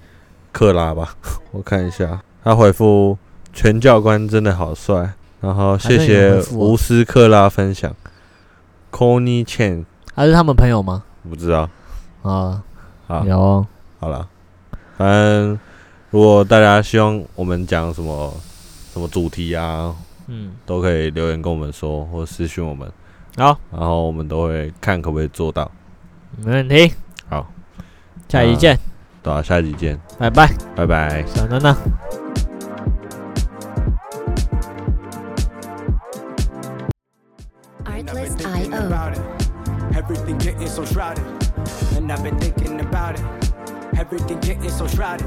[SPEAKER 2] 克拉吧？ *laughs* 我看一下，他回复全教官真的好帅，然后谢
[SPEAKER 1] 好像有
[SPEAKER 2] 谢
[SPEAKER 1] 回复哦
[SPEAKER 2] 无私克拉分享。c o n y Chen
[SPEAKER 1] 还是他们朋友吗？
[SPEAKER 2] 不知道，
[SPEAKER 1] 啊，
[SPEAKER 2] 好，
[SPEAKER 1] 有哦
[SPEAKER 2] 好了，反正如果大家希望我们讲什么什么主题啊，
[SPEAKER 1] 嗯，
[SPEAKER 2] 都可以留言跟我们说，或私讯我们。
[SPEAKER 1] 好，
[SPEAKER 2] 然后我们都会看可不可以做到。
[SPEAKER 1] 没问题，
[SPEAKER 2] 好，
[SPEAKER 1] 下一见，
[SPEAKER 2] 对啊，下集见，
[SPEAKER 1] 拜拜，
[SPEAKER 2] 拜拜。
[SPEAKER 1] 小娜娜。
[SPEAKER 6] Artlist.io. Everything getting so shrouded, and I've been thinking about it. Everything getting so shrouded.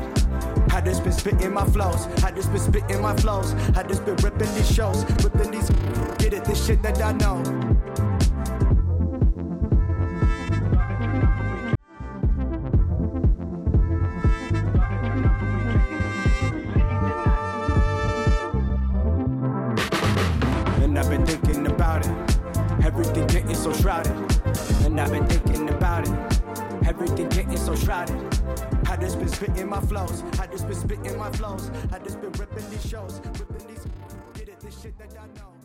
[SPEAKER 6] I just been spitting my flows. I just been spitting my flows. I just been ripping these shows, ripping these. Get it, this shit that I know. and I've been thinking about it. Everything getting so shrouded, and I've been thinking about it. Everything getting so shrouded. I just been spitting my flows. I just been spitting my flows. I just been ripping these shows, ripping these. Get it, this shit that I know.